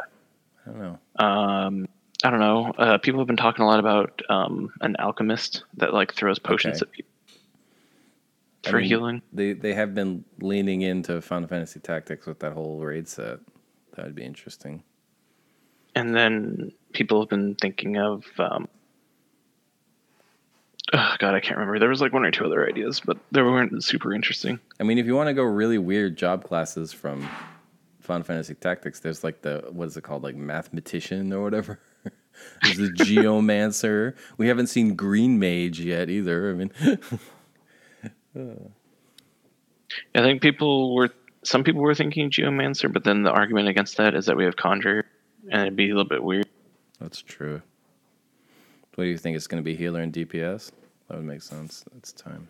S1: I don't know.
S2: Um, I don't know. Uh, people have been talking a lot about um, an alchemist that like throws potions
S1: Okay.
S2: at people for
S1: mean,
S2: healing.
S1: They they have been leaning into Final Fantasy Tactics with that whole raid set. That would be interesting.
S2: and then people have been thinking of um oh god i can't remember there was like one or two other ideas but they weren't super interesting
S1: I mean, if you want to go really weird job classes from Final Fantasy Tactics, there's like the what is it called, like mathematician or whatever. *laughs* there's the geomancer. We haven't seen Green Mage yet either. I mean, *laughs*
S2: i think people were some people were thinking geomancer but then the argument against that is that we have conjure and it'd be a little bit weird
S1: That's true. What do you think? It's going to be healer and DPS. That would make sense. It's time.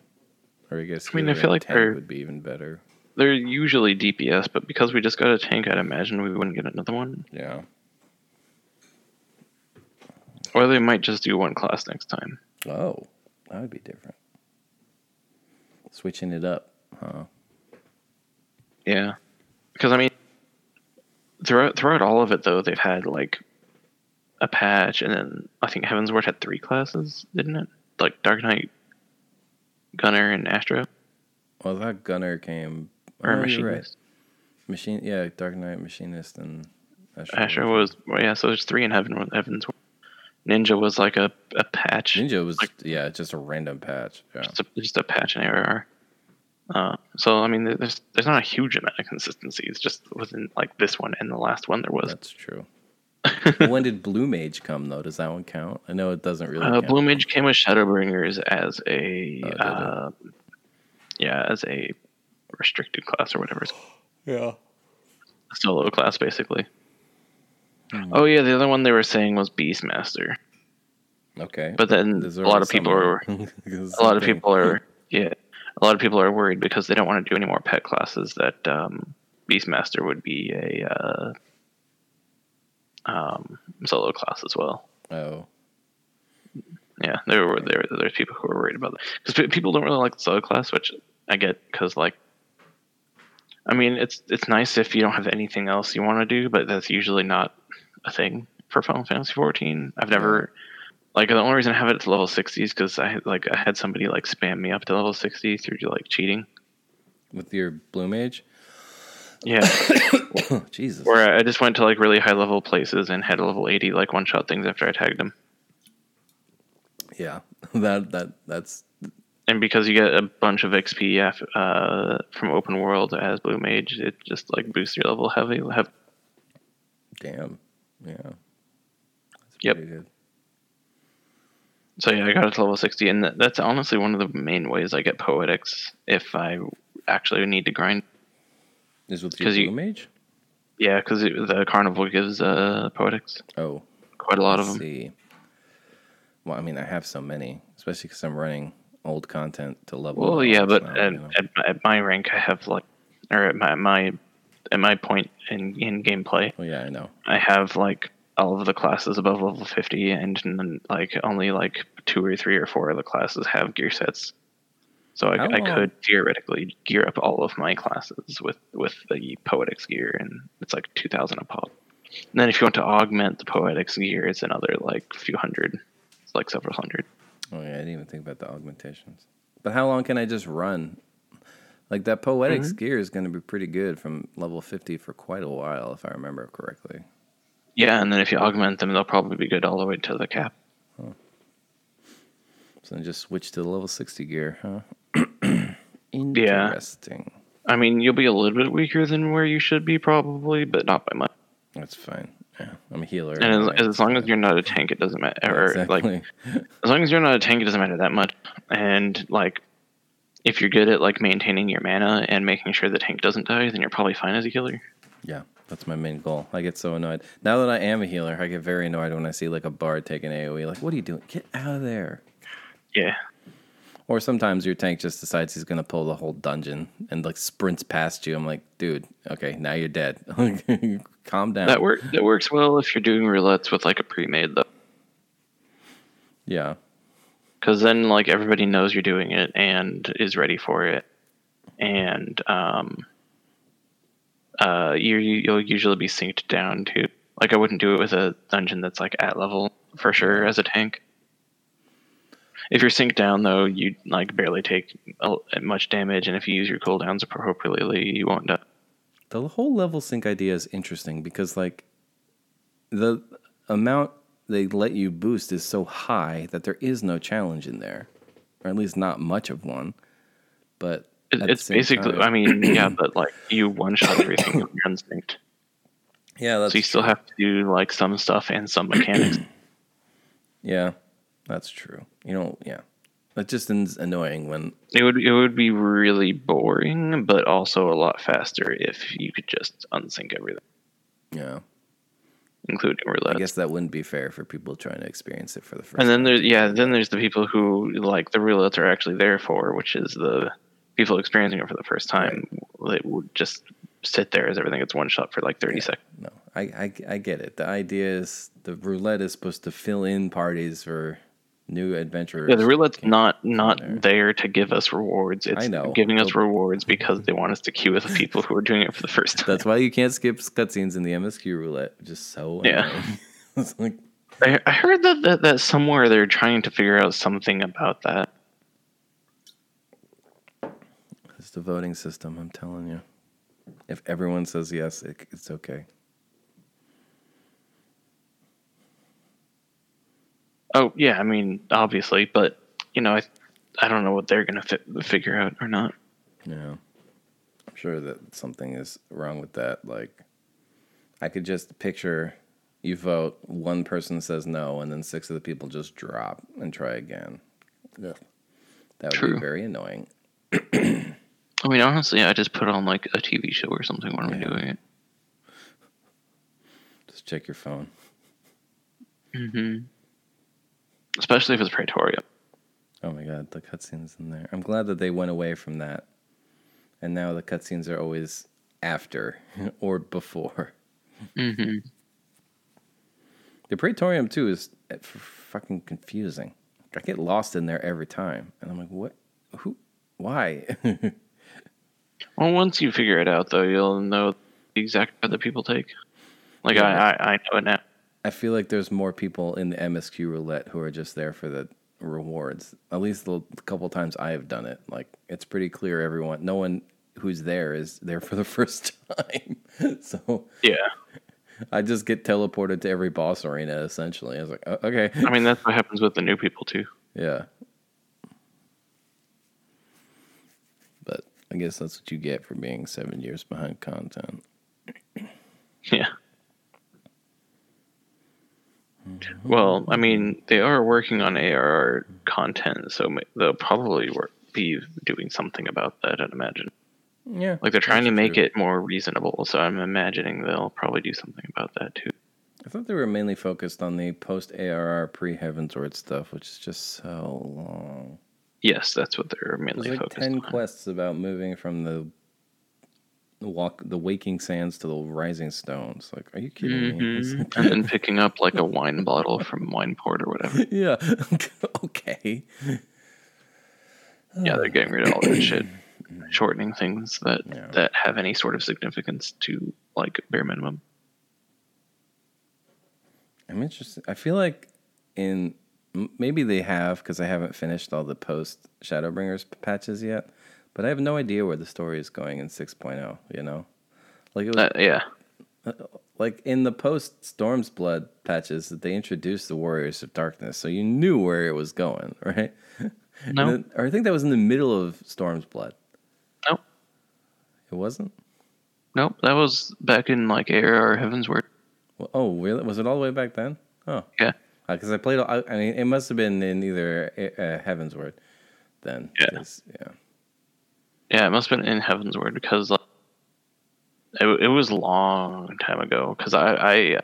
S1: Or I guess
S2: I mean, I
S1: healer
S2: feel
S1: and
S2: like
S1: tank
S2: they're-
S1: would be even better.
S2: they're usually dps but because we just got a tank i'd imagine we wouldn't get another one
S1: Yeah.
S2: Or they might just do one class next time.
S1: Oh, that would be different. Switching it up, huh?
S2: Yeah. Because, I mean, throughout, throughout all of it, though, they've had, like, a patch, and then I think Heaven's Word had three classes, didn't it? Like, Dark Knight, Gunner, and Astro.
S1: Well, that gunner came.
S2: Or
S1: oh, you're right.
S2: Machinist.
S1: Machine, yeah, Dark Knight, Machinist, and Astro.
S2: Astro was, well, yeah, so there's three in Heaven, Heaven's Word. Ninja was, like, a, a patch.
S1: Ninja was
S2: like-
S1: yeah, just a random patch. Yeah.
S2: just a, just a patch in ARR. Uh, so I mean, there- there's there's not a huge amount of consistency. It's just within like this one and the last one there was.
S1: That's
S2: *laughs*
S1: true. when did Blue Mage come though? Does that one count? I know it doesn't really.
S2: Uh,
S1: count.
S2: Blue Mage came with Shadowbringers as a
S1: Oh, did it?
S2: uh, yeah, as a restricted class or whatever, it's
S1: Yeah.
S2: a solo class basically.
S1: Hmm.
S2: Oh yeah, the other one they were saying was Beastmaster,
S1: Okay.
S2: but then
S1: There's
S2: a
S1: already
S2: lot of people
S1: someone. *laughs*
S2: are
S1: 'Cause
S2: a lot of
S1: something-
S2: people
S1: *laughs*
S2: are yeah a lot of people are worried because they don't want to do any more pet classes that um, beastmaster would be a uh, um, solo class as well
S1: Oh,
S2: yeah there were there there's people who are worried about that because people don't really like the solo class which i get because like i mean it's it's nice if you don't have anything else you want to do but that's usually not a thing for final fantasy 14 i've never like the only reason i have it to level 60 is because i had- like i had somebody like spam me up to level 60 through like cheating
S1: with your Blue Mage. *coughs*
S2: yeah
S1: Jesus.
S2: where i just went to like really high level places and had a level 80 like one shot things after i tagged them
S1: Yeah. *laughs* That that that's
S2: and because you get a bunch of XP af- uh, from open world as blue mage, it just like boosts your level heavy. Have
S1: damn. Yeah. That's
S2: Yep.
S1: pretty good.
S2: so yeah, I got it to level sixty, and that, that's honestly one of the main ways I get poetics if I actually need to grind.
S1: Is with your
S2: 'Cause
S1: Blue
S2: you-
S1: Mage?
S2: Yeah, because the carnival gives uh, poetics
S1: Oh,
S2: quite a lot of
S1: let's
S2: them.
S1: see. Well, I mean, I have so many, especially because I'm running old content to level.
S2: Well,
S1: up
S2: yeah,
S1: now,
S2: but
S1: you
S2: at,
S1: know.
S2: at, at my rank, I have like, or at my my at my point in in gameplay,
S1: Well, yeah, I know.
S2: I have like all of the classes above level 50 and then like only like two or three or four of the classes have gear sets. So I,
S1: How
S2: I
S1: long-
S2: could theoretically gear up all of my classes with with the poetics gear and it's like 2000 a pop. And then if you want to augment the poetics gear it's another like few hundred. It's like several hundred.
S1: Oh yeah, I didn't even think about the augmentations. But how long can I just run? Like that poetics
S2: Mm-hmm.
S1: gear is going to be pretty good from level fifty for quite a while, if I remember correctly.
S2: Yeah, and then if you augment them they'll probably be good all the way to the cap.
S1: So then just switch to the level sixty gear, huh?
S2: Yeah.
S1: Interesting.
S2: I mean, you'll be a little bit weaker than where you should be probably, but not by much.
S1: That's fine. Yeah, I'm a healer.
S2: And
S1: anyway.
S2: as, as long as you're not a tank, it doesn't matter.
S1: Yeah,
S2: or, Like as long as you're not a tank, it doesn't matter that much. And like, if you're good at like maintaining your mana and making sure the tank doesn't die, then you're probably fine as a healer.
S1: Yeah, that's my main goal. I get so annoyed. Now that I am a healer, I get very annoyed when I see like a bard taking AoE. Like, what are you doing? Get out of there.
S2: Yeah,
S1: Or sometimes your tank just decides he's gonna pull the whole dungeon and like sprints past you. I'm like, dude, okay, now you're dead. *laughs* Calm down.
S2: that work that works well if you're doing roulettes with like a pre-made though,
S1: yeah.
S2: because then like everybody knows you're doing it and is ready for it, and um, uh, you you'll usually be synced down to. Like I wouldn't do it with a dungeon that's like at level for sure as a tank. If you're synced down though, you like barely take a- much damage, and if you use your cooldowns appropriately, you won't die.
S1: The whole level sync idea is interesting because like the amount they let you boost is so high that there is no challenge in there, or at least not much of one. But
S2: It,
S1: at the
S2: it's
S1: same
S2: basically,
S1: time-
S2: I mean, yeah, but like you one shot everything if you're unsynced,
S1: yeah, that's
S2: so you still have to do like some stuff and some mechanics.
S1: Yeah, that's true. You know, yeah, that just is annoying when
S2: it would it would be really boring, but also a lot faster if you could just unsync everything,
S1: yeah.
S2: including
S1: I
S2: roulette.
S1: guess that wouldn't be fair for people trying to experience it for the first.
S2: And then
S1: time.
S2: there's yeah, then there's the people who like the roulettes are actually there for, which is the people experiencing it for the first time. They would just sit there as everything gets one shot for like thirty seconds.
S1: no, I, I I get it. The idea is the roulette is supposed to fill in parties for new adventurers.
S2: Yeah, the roulette's
S1: Can't-
S2: not not
S1: there.
S2: there. to give us rewards. It's
S1: I know.
S2: giving us
S1: But-
S2: rewards because they want us to queue with the people who are doing it for the first time.
S1: *laughs* That's why you can't skip cutscenes in the MSQ roulette. Just so
S2: Yeah.
S1: annoying. *laughs* it's like
S2: I, I heard that, that that somewhere they're trying to figure out something about that.
S1: it's the voting system. I'm telling you. If everyone says yes, it, it's okay.
S2: Oh yeah, I mean obviously, but you know I I don't know what they're gonna fi- figure out or not.
S1: Yeah. I'm sure that something is wrong with that. Like, I could just picture you vote, one person says no, and then six of the people just drop and try again. Yeah. That would be
S2: True.
S1: very annoying.
S2: I mean honestly, I just put on like a TV show or something when I'm
S1: Yeah.
S2: doing it.
S1: Just check your phone.
S2: Especially if it's Praetoria.
S1: Oh my God, the cutscenes in there. I'm glad that they went away from that. And now the cutscenes are always after *laughs* or before. The Praetorium, too, is f- fucking confusing. I get lost in there every time. And I'm like, what? Who? Why? *laughs*
S2: Well, once you figure it out though, you'll know the exact path that people take. Like I, I I know it now.
S1: I feel like there's more people in the MSQ roulette who are just there for the rewards. At least the couple times I have done it, like it's pretty clear everyone, no one who's there is there for the *laughs* first time. *laughs* so
S2: Yeah.
S1: I just get teleported to every boss arena essentially. I was like, oh, okay,
S2: I mean that's what happens with the new people too.
S1: *laughs* yeah. But I guess that's what you get for being seven years behind content.
S2: *laughs* Yeah. Well, I mean, they are working on ARR content, so ma- they'll probably work, be doing something about that, I'd imagine.
S1: Yeah,
S2: Like, they're trying to
S1: that's
S2: make
S1: true.
S2: it more reasonable, so I'm imagining they'll probably do something about that, too.
S1: I thought they were mainly focused on the post ARR pre Heavensward stuff, which is just so long.
S2: Yes, that's what they're
S1: There's
S2: mainly
S1: like
S2: focused
S1: ten
S2: on.
S1: quests about moving from the the walk the waking sands to the rising stones. Like, are you kidding me? It's
S2: Mhm. and then picking up, like, a wine bottle from Wineport
S1: *laughs*
S2: or whatever.
S1: like- *laughs* yeah. okay.
S2: Yeah, they're getting rid of all
S1: *clears throat*
S2: that shit. Shortening things that,
S1: Yeah.
S2: that have any sort of significance to, like, bare minimum.
S1: I'm interested. I feel like in m- maybe they have because I haven't finished all the post Shadowbringers p- patches yet, but I have no idea where the story is going in 6.0. You know, like it was
S2: That, yeah.
S1: like in the post Storm's Blood patches that they introduced the Warriors of Darkness, so you knew where it was going, *laughs* right?
S2: No.
S1: And then- or I think that was in the middle of Storm's Blood.
S2: Nope.
S1: It wasn't.
S2: Nope. That was back in like ARR Heaven's Word.
S1: Well, oh, really? Was it all the way back then? Oh,
S2: Yeah.
S1: because I played. all- I, I mean, it must have been in either uh, Heaven's Word then.
S2: Yeah.
S1: 'cause- yeah.
S2: Yeah, it must have been in Heaven's Word because like, it, it was a long time ago because I, I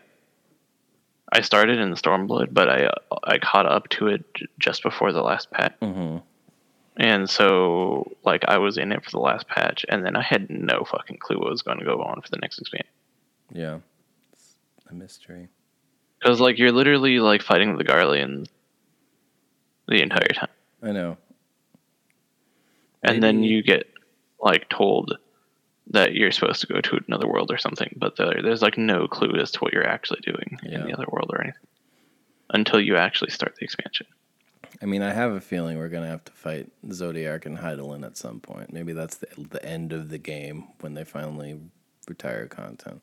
S2: I started in Stormblood, but I I caught up to it j- just before the last patch.
S1: Mhm.
S2: And so, like, I was in it for the last patch, and then I had no fucking clue what was going to go on for the next expansion.
S1: Yeah. It's a mystery.
S2: Because, like, you're literally, like, fighting the Garleans the entire time.
S1: I know.
S2: and then
S1: Maybe-
S2: you get like told that you're supposed to go to another world or something, but there, there's like no clue as to what you're actually doing in the
S1: Yeah.
S2: other world or anything until you actually start the expansion.
S1: I mean, I have a feeling we're gonna have to fight Zodiac and Heidelin at some point. Maybe that's the the end of the game when they finally retire content.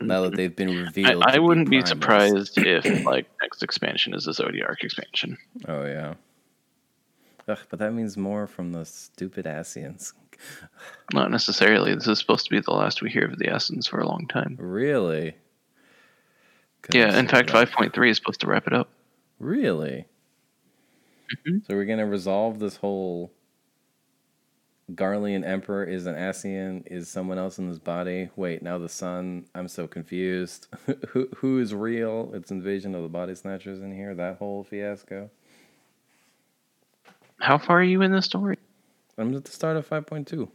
S1: Now that they've been revealed,
S2: I, I
S1: to
S2: wouldn't be
S1: primals.
S2: surprised if like next expansion is a Zodiac expansion.
S1: Oh yeah. Ugh, but that means more from the stupid Asians.
S2: Not necessarily. This is supposed to be the last we hear of the Essence for a long time.
S1: Really?
S2: Yeah, in
S1: Goodness,
S2: fact,
S1: yeah.
S2: 5.3 is supposed to wrap it up.
S1: Really? So we're gonna resolve this whole Garlean Emperor is an Asian, is someone else in his body. Wait, now the sun. I'm so confused. *laughs* who who is real? It's invasion of the body snatchers in here, that whole fiasco.
S2: How far are you in the story?
S1: I'm at the start of five point two.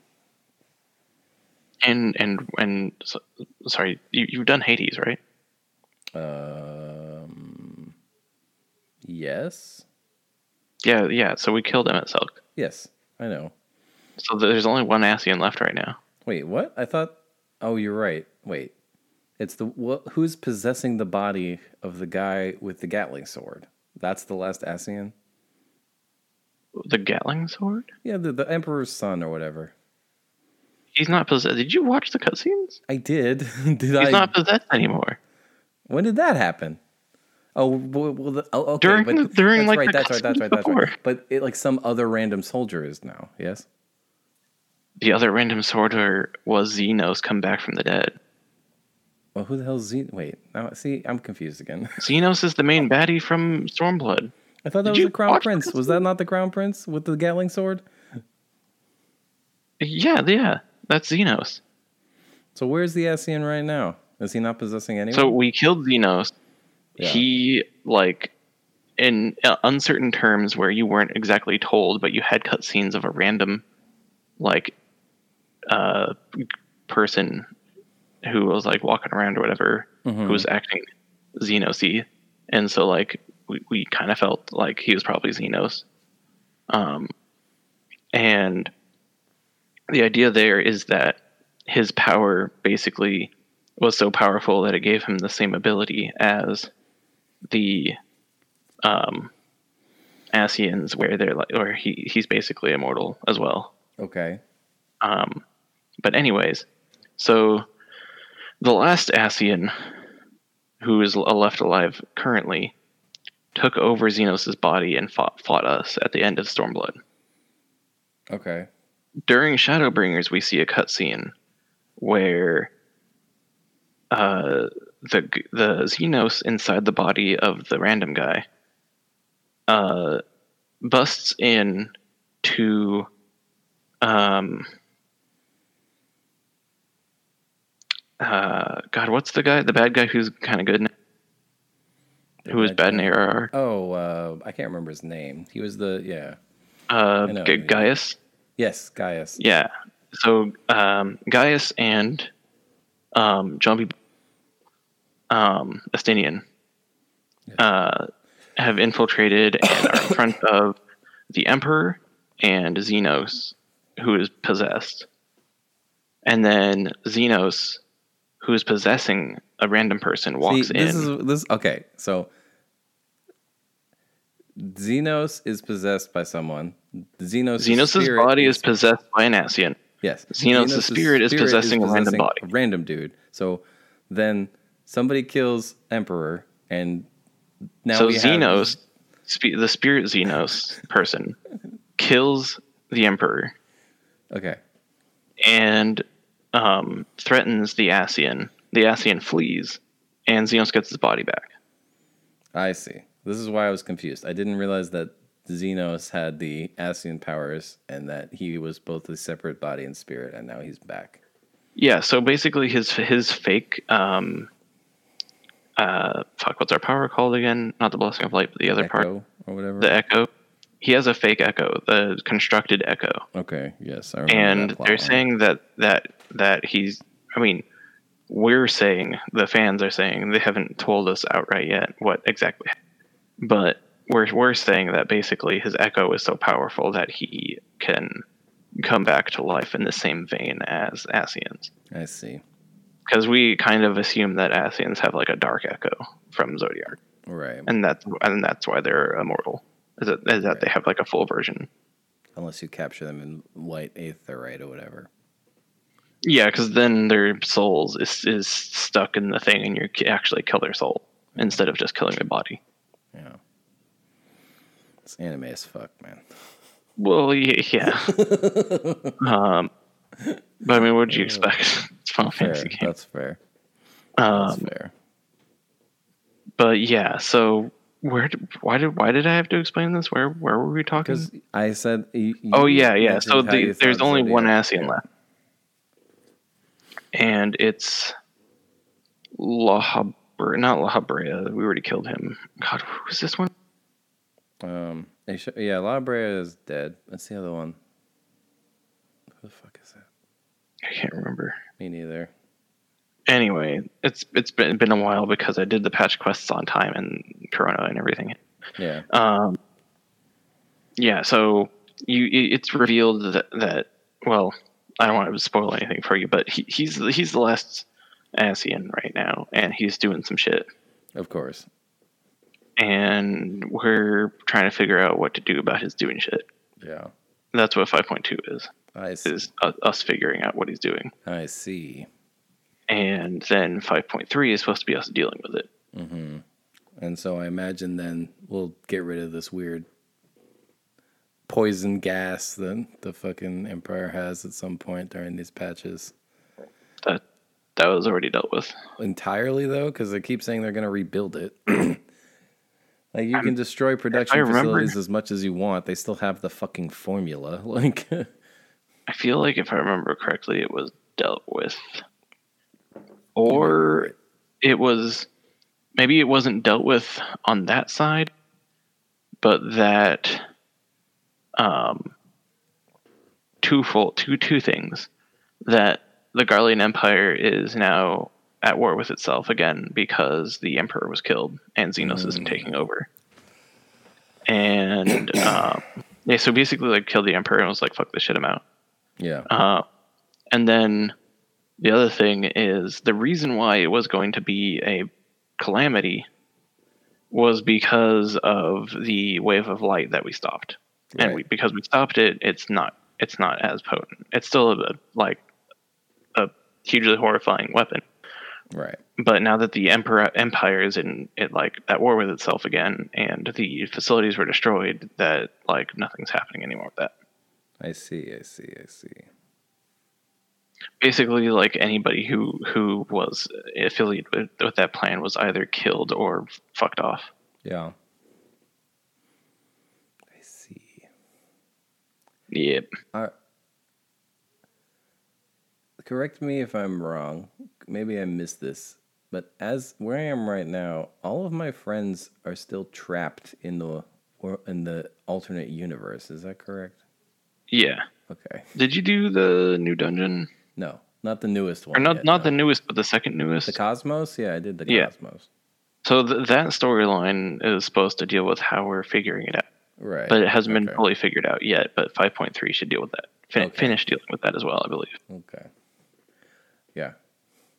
S2: And and and so, sorry, you, you've done Hades, right?
S1: Um, yes.
S2: Yeah, yeah. So we killed him at Selk.
S1: Yes, I know.
S2: So there's only one Asian left right now.
S1: Wait, what? I thought. Oh, you're right. Wait, it's the wh- who's possessing the body of the guy with the Gatling sword. That's the last Asian.
S2: The Gatling sword?
S1: Yeah, the, the Emperor's son or whatever.
S2: He's not possessed. Did you watch the cutscenes?
S1: I did. *laughs* did I?
S2: He's not possessed anymore.
S1: When did that happen? Oh, well, well, the, oh okay.
S2: During
S1: but
S2: the- during,
S1: that's
S2: like,
S1: right,
S2: the
S1: that's right, that's right, that's
S2: cutscenes
S1: right.
S2: before.
S1: But it, like some other random soldier is now. Yes.
S2: The other random sorter was Xenos come back from the dead.
S1: Well, who the hell's Z? Wait, now see, I'm confused again. *laughs*
S2: Xenos is the main baddie from Stormblood.
S1: I thought that was
S2: you
S1: the crown
S2: watch
S1: prince. Was that not the crown prince with the Gatling sword?
S2: Yeah, yeah. That's Xenos.
S1: So where's the Asian right now? Is he not possessing anyone?
S2: So we killed Xenos.
S1: Yeah.
S2: He like in uh, uncertain terms where you weren't exactly told, but you had cutscenes of a random like uh person who was like walking around or whatever who was acting Xenosy, and so like we, we kind of felt like he was probably Xenos. Um, and the idea there is that his power basically was so powerful that it gave him the same ability as the um Asians where they're like or he he's basically immortal as well.
S1: okay.
S2: Um but anyways, so the last Asian who is l- left alive currently took over Xenos' body and fought fought us at the end of Stormblood
S1: Okay.
S2: during Shadowbringers, we see a cutscene where uh, the the Xenos inside the body of the random guy uh, busts in to um, uh, God, what's the guy? The bad guy who's kind of good, now, who was bad in ARR?
S1: Oh, uh, I can't remember his name. He was the yeah.
S2: Uh,
S1: know
S2: Ga-
S1: who you-
S2: Gaius.
S1: Yes, Gaius.
S2: Yeah. So um, Gaius and um, John B. Um, Astinian uh, have infiltrated and are in front of the Emperor and Xenos, who is possessed. And then Xenos, who is possessing a random person, walks
S1: See,
S2: in.
S1: this is this. Okay, so Xenos is possessed by someone. Xenos.
S2: Xenos'
S1: spirit
S2: body is possessed by an Asian.
S1: Yes.
S2: Xenos'
S1: Xenos'
S2: spirit is possessing a random body.
S1: a random dude. So then somebody kills Emperor, and now
S2: so
S1: we have-
S2: Xenos, spe- the spirit Xenos person, kills the Emperor
S1: Okay.
S2: and um, threatens the Asian. The Asian flees, and Xenos gets his body back.
S1: I see. This is why I was confused. I didn't realize that Xenos had the Asian powers and that he was both a separate body and spirit, and now he's back.
S2: Yeah. So basically, his his fake um, uh, fuck, what's our power called again? Not the blessing of light, but the other part,
S1: Echo or whatever.
S2: the echo. He has a fake echo, the constructed echo.
S1: okay. Yes, I remember.
S2: and
S1: that plot
S2: they're
S1: line.
S2: saying that that that he's i mean we're saying the fans are saying they haven't told us outright yet what exactly but we're we're saying that basically his echo is so powerful that he can come back to life in the same vein as Asians
S1: I see.
S2: because we kind of assume that Asians have like a dark echo from Zodiac
S1: Right.
S2: and that's and that's why they're immortal is that, is that they have like a full version
S1: Unless you capture them in light aetherite or whatever.
S2: Yeah, because then their souls is is stuck in the thing, and you c- actually kill their soul instead of just killing their body.
S1: Yeah. It's anime as fuck,
S2: *laughs*
S1: man.
S2: Well, y-
S1: *laughs*
S2: yeah. um, but I mean, what would you expect? *laughs* It's a Final
S1: Fair.
S2: Fantasy game.
S1: That's fair. That's
S2: Um,
S1: fair.
S2: but yeah, so where? Did, why did why did I have to explain this? Where where were we talking?
S1: Because I said. You, you
S2: hmm. Oh yeah, yeah.
S1: mentioned
S2: So
S1: how
S2: the,
S1: you
S2: there's
S1: thought
S2: only one
S1: Zodiac-
S2: Asian left, and it's Lahabra, not Lahabrea. We already killed him. God, who was this one?
S1: Um, they sho- yeah, La Brea is dead. That's the other one. Who the fuck is that?
S2: I can't remember.
S1: Me neither.
S2: Anyway, it's it's been been a while because I did the patch quests on time and Corona and everything.
S1: Yeah.
S2: Um, yeah, so you i- it's revealed that, that well, I don't want to spoil anything for you, but he, he's he's the last Asian right now, and he's doing some shit,
S1: Of course.
S2: and we're trying to figure out what to do about his doing shit.
S1: Yeah.
S2: That's what five point two is
S1: I see.
S2: is u- us figuring out what he's doing,
S1: I see.
S2: and then five point three is supposed to be us dealing with it.
S1: And so I imagine then we'll get rid of this weird poison gas that the fucking Empire has at some point during these patches.
S2: That that was already dealt with.
S1: Entirely though, because they keep saying they're going to rebuild it. *clears throat* like you can destroy production
S2: remember-
S1: facilities as much as you want. They still have the fucking formula. *laughs* Like,
S2: I feel like if I remember correctly, it was dealt with, or it was maybe it wasn't dealt with on that side, but that um, twofold two two things that the Garlean Empire is now at war with itself again because the Emperor was killed and Xenos isn't taking over, and um, yeah, so basically like killed the Emperor and was like fuck this shit I'm out.
S1: yeah.
S2: And then the other thing is the reason why it was going to be a calamity was because of the wave of light that we stopped. And
S1: Right.
S2: we, because we stopped it, it's not it's not as potent. It's still a, like a hugely horrifying weapon.
S1: right.
S2: But now that the emperor empire is in it like at war with itself again, and the facilities were destroyed, that like nothing's happening anymore with that.
S1: I see. I see. I see.
S2: basically like anybody who who was affiliated with, with that plan was either killed or fucked off
S1: Yeah. I see.
S2: yep
S1: correct me if I'm wrong. Maybe I missed this, but as where I am right now, all of my friends are still trapped in the or in the alternate universe. Is that correct?
S2: yeah
S1: Okay.
S2: did you do the new dungeon
S1: No, not the newest one.
S2: or not
S1: yet,
S2: not
S1: no.
S2: the newest but the second newest
S1: the Cosmos. Yeah, I did the
S2: Yeah.
S1: Cosmos.
S2: so th- that storyline is supposed to deal with how we're figuring it out
S1: Right.
S2: but it hasn't been
S1: Okay.
S2: fully figured out yet but 5.3 should deal with that fin-
S1: Okay.
S2: finish dealing with that as well i believe
S1: Okay. Yeah.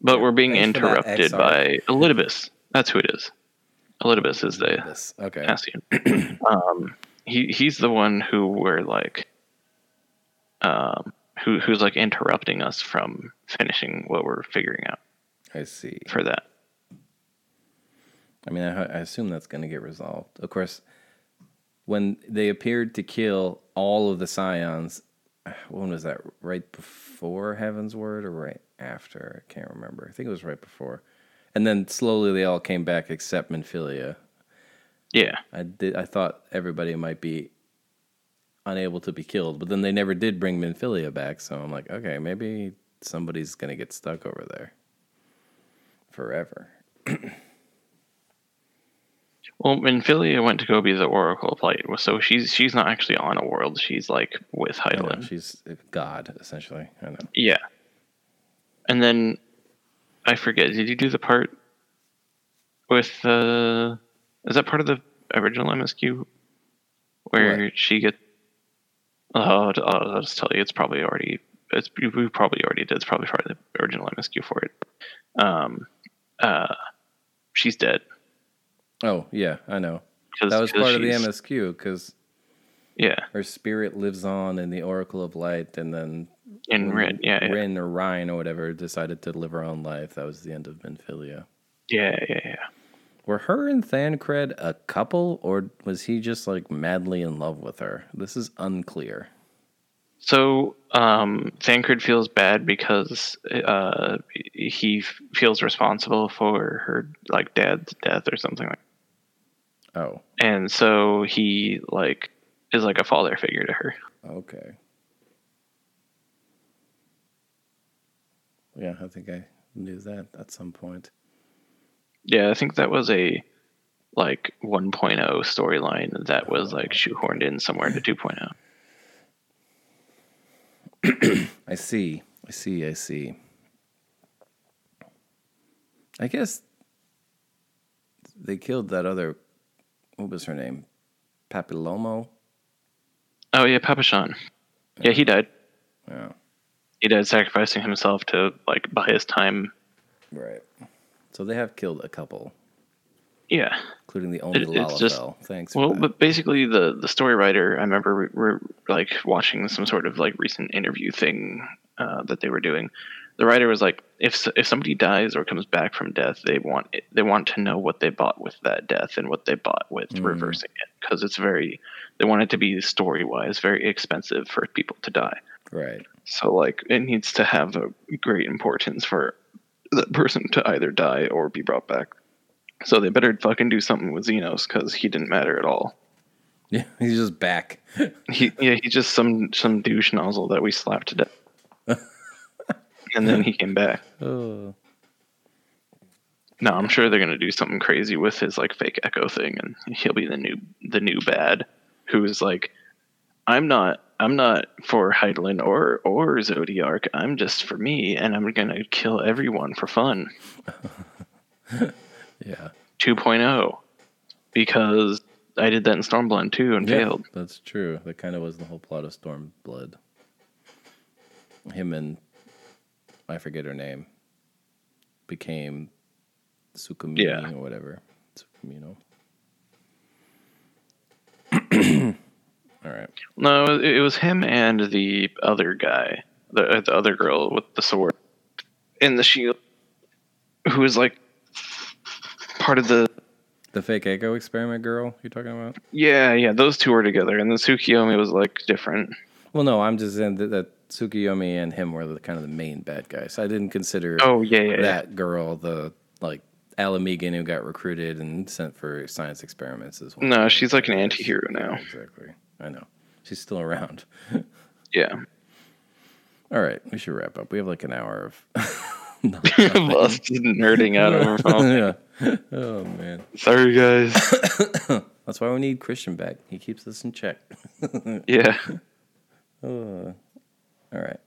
S2: but we're being
S1: Thanks for that,
S2: interrupted
S1: XR.
S2: by elidibus that's who it is elidibus is the
S1: This. Okay.
S2: Cassian. *clears throat* um, he he's the one who we're like, um, who who's like interrupting us from finishing what we're figuring out
S1: I see.
S2: for that.
S1: I mean, I, I assume that's going to get resolved. Of course, when they appeared to kill all of the scions, *sighs* when was that? Right before Heaven's Word or right after? I can't remember. I think it was right before. And then slowly they all came back except Menphilia.
S2: Yeah,
S1: I did. I thought everybody might be unable to be killed, but then they never did bring Menphilia back. So I'm like, okay, maybe somebody's going to get stuck over there forever.
S2: well, Menphilia went to go be the Oracle of Light, so she's she's not actually on a world. She's like with
S1: I know,
S2: Hyland.
S1: she's God essentially. I know.
S2: Yeah, and then I forget. Did you do the part with Uh, is that part of the original MSQ where she gets? Oh, I'll, I'll I'll just tell you, it's probably already. It's we- we probably already did. It's probably part of the original MSQ for it. Um, uh, she's dead
S1: Oh yeah, I know.
S2: because
S1: That was part of the MSQ because
S2: Yeah,
S1: her spirit lives on in the Oracle of Light, and then
S2: in
S1: when
S2: Rin. Yeah, yeah,
S1: Rin or Rhine or whatever decided to live her own life. That was the end of Benfilia.
S2: yeah, yeah, yeah.
S1: Were her and Thancred a couple, or was he just like madly in love with her? This is unclear.
S2: So um, Thancred feels bad because uh, he f- feels responsible for her like dad's death or something like.
S1: Oh,
S2: And so he like is like a father figure to her.
S1: okay. Yeah, I think I knew that at some point.
S2: Yeah, I think that was a like 1.0 storyline that was like shoehorned in somewhere to oh. 2.0.
S1: I see. I see. I see. I guess they killed that other. What was her name? Papillomo.
S2: Oh yeah, Papachan. Yeah, he died.
S1: Yeah.
S2: He died sacrificing himself to like buy his time.
S1: Right. So they have killed a couple,
S2: Yeah.
S1: including the only
S2: It- it's just-
S1: Lalafell. Thanks.
S2: Well,
S1: for that.
S2: but basically the the story writer, I remember we were like watching some sort of like recent interview thing uh, that they were doing. The writer was like, if s- if somebody dies or comes back from death, they want it, they want to know what they bought with that death and what they bought with reversing it because it's very they want it to be story wise very expensive for people to die.
S1: right. *laughs*
S2: So like it needs to have a great importance for that person to either die or be brought back. So they better fucking do something with Xenos because he didn't matter at all.
S1: Yeah, he's just back.
S2: He yeah, he's just some some douche nozzle that we slapped to death. and then he came back. Uh.
S1: Oh.
S2: No, I'm sure they're gonna do something crazy with his like fake echo thing and he'll be the new the new bad who is like I'm not I'm not for Heidelin or or Zodiac, I'm just for me and I'm gonna kill everyone for fun.
S1: Yeah.
S2: 2.0 oh. because I did that in Stormblood too and
S1: Yeah,
S2: failed.
S1: That's true. That kind of was the whole plot of Stormblood. Him and I forget her name became Sukumini
S2: Yeah.
S1: or whatever. Sukumino. All right.
S2: No, it, it was him and the other guy, the, the other girl with the sword and the shield, who was like part of the.
S1: The fake echo experiment girl you're talking about?
S2: Yeah, yeah, those two were together, and then Tsukiyomi was like different.
S1: Well, no, I'm just saying that, that Tsukiyomi and him were the kind of the main bad guys. I didn't consider
S2: Oh yeah, yeah, yeah.
S1: that girl the like Alamegan who got recruited and sent for science experiments as well.
S2: No, she's like an anti-hero now.
S1: Exactly. I know. She's still around.
S2: *laughs* Yeah,
S1: All right, we should wrap up. We have like an hour of.
S2: us just nerding out over phone.
S1: *laughs* yeah. Oh man,
S2: *laughs* Sorry, guys.
S1: that's why we need Christian back. He keeps us in check.
S2: *laughs* Yeah,
S1: All right,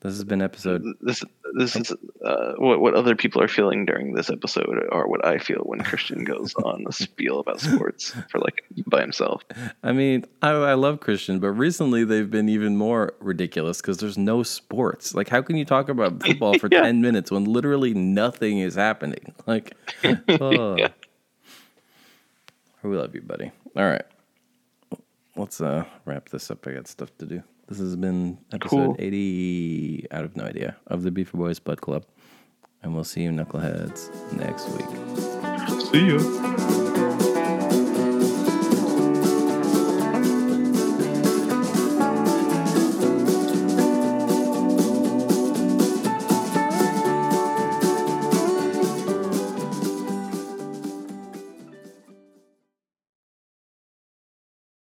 S1: this has been episode.
S2: this this is uh, what what other people are feeling during this episode, or what I feel when Christian goes on a spiel about sports for like by himself.
S1: I mean, I, I love Christian, but recently they've been even more ridiculous because there's no sports. Like, how can you talk about football for
S2: *laughs* Yeah.
S1: ten minutes when literally nothing is happening? *laughs* Like,
S2: *laughs*
S1: oh. we love you, buddy. All right, let's uh wrap this up. I got stuff to do. This has been episode
S2: Cool.
S1: eighty. Out of no idea of the Beaver Boys Bud Club, and we'll see you knuckleheads next week.
S2: See you.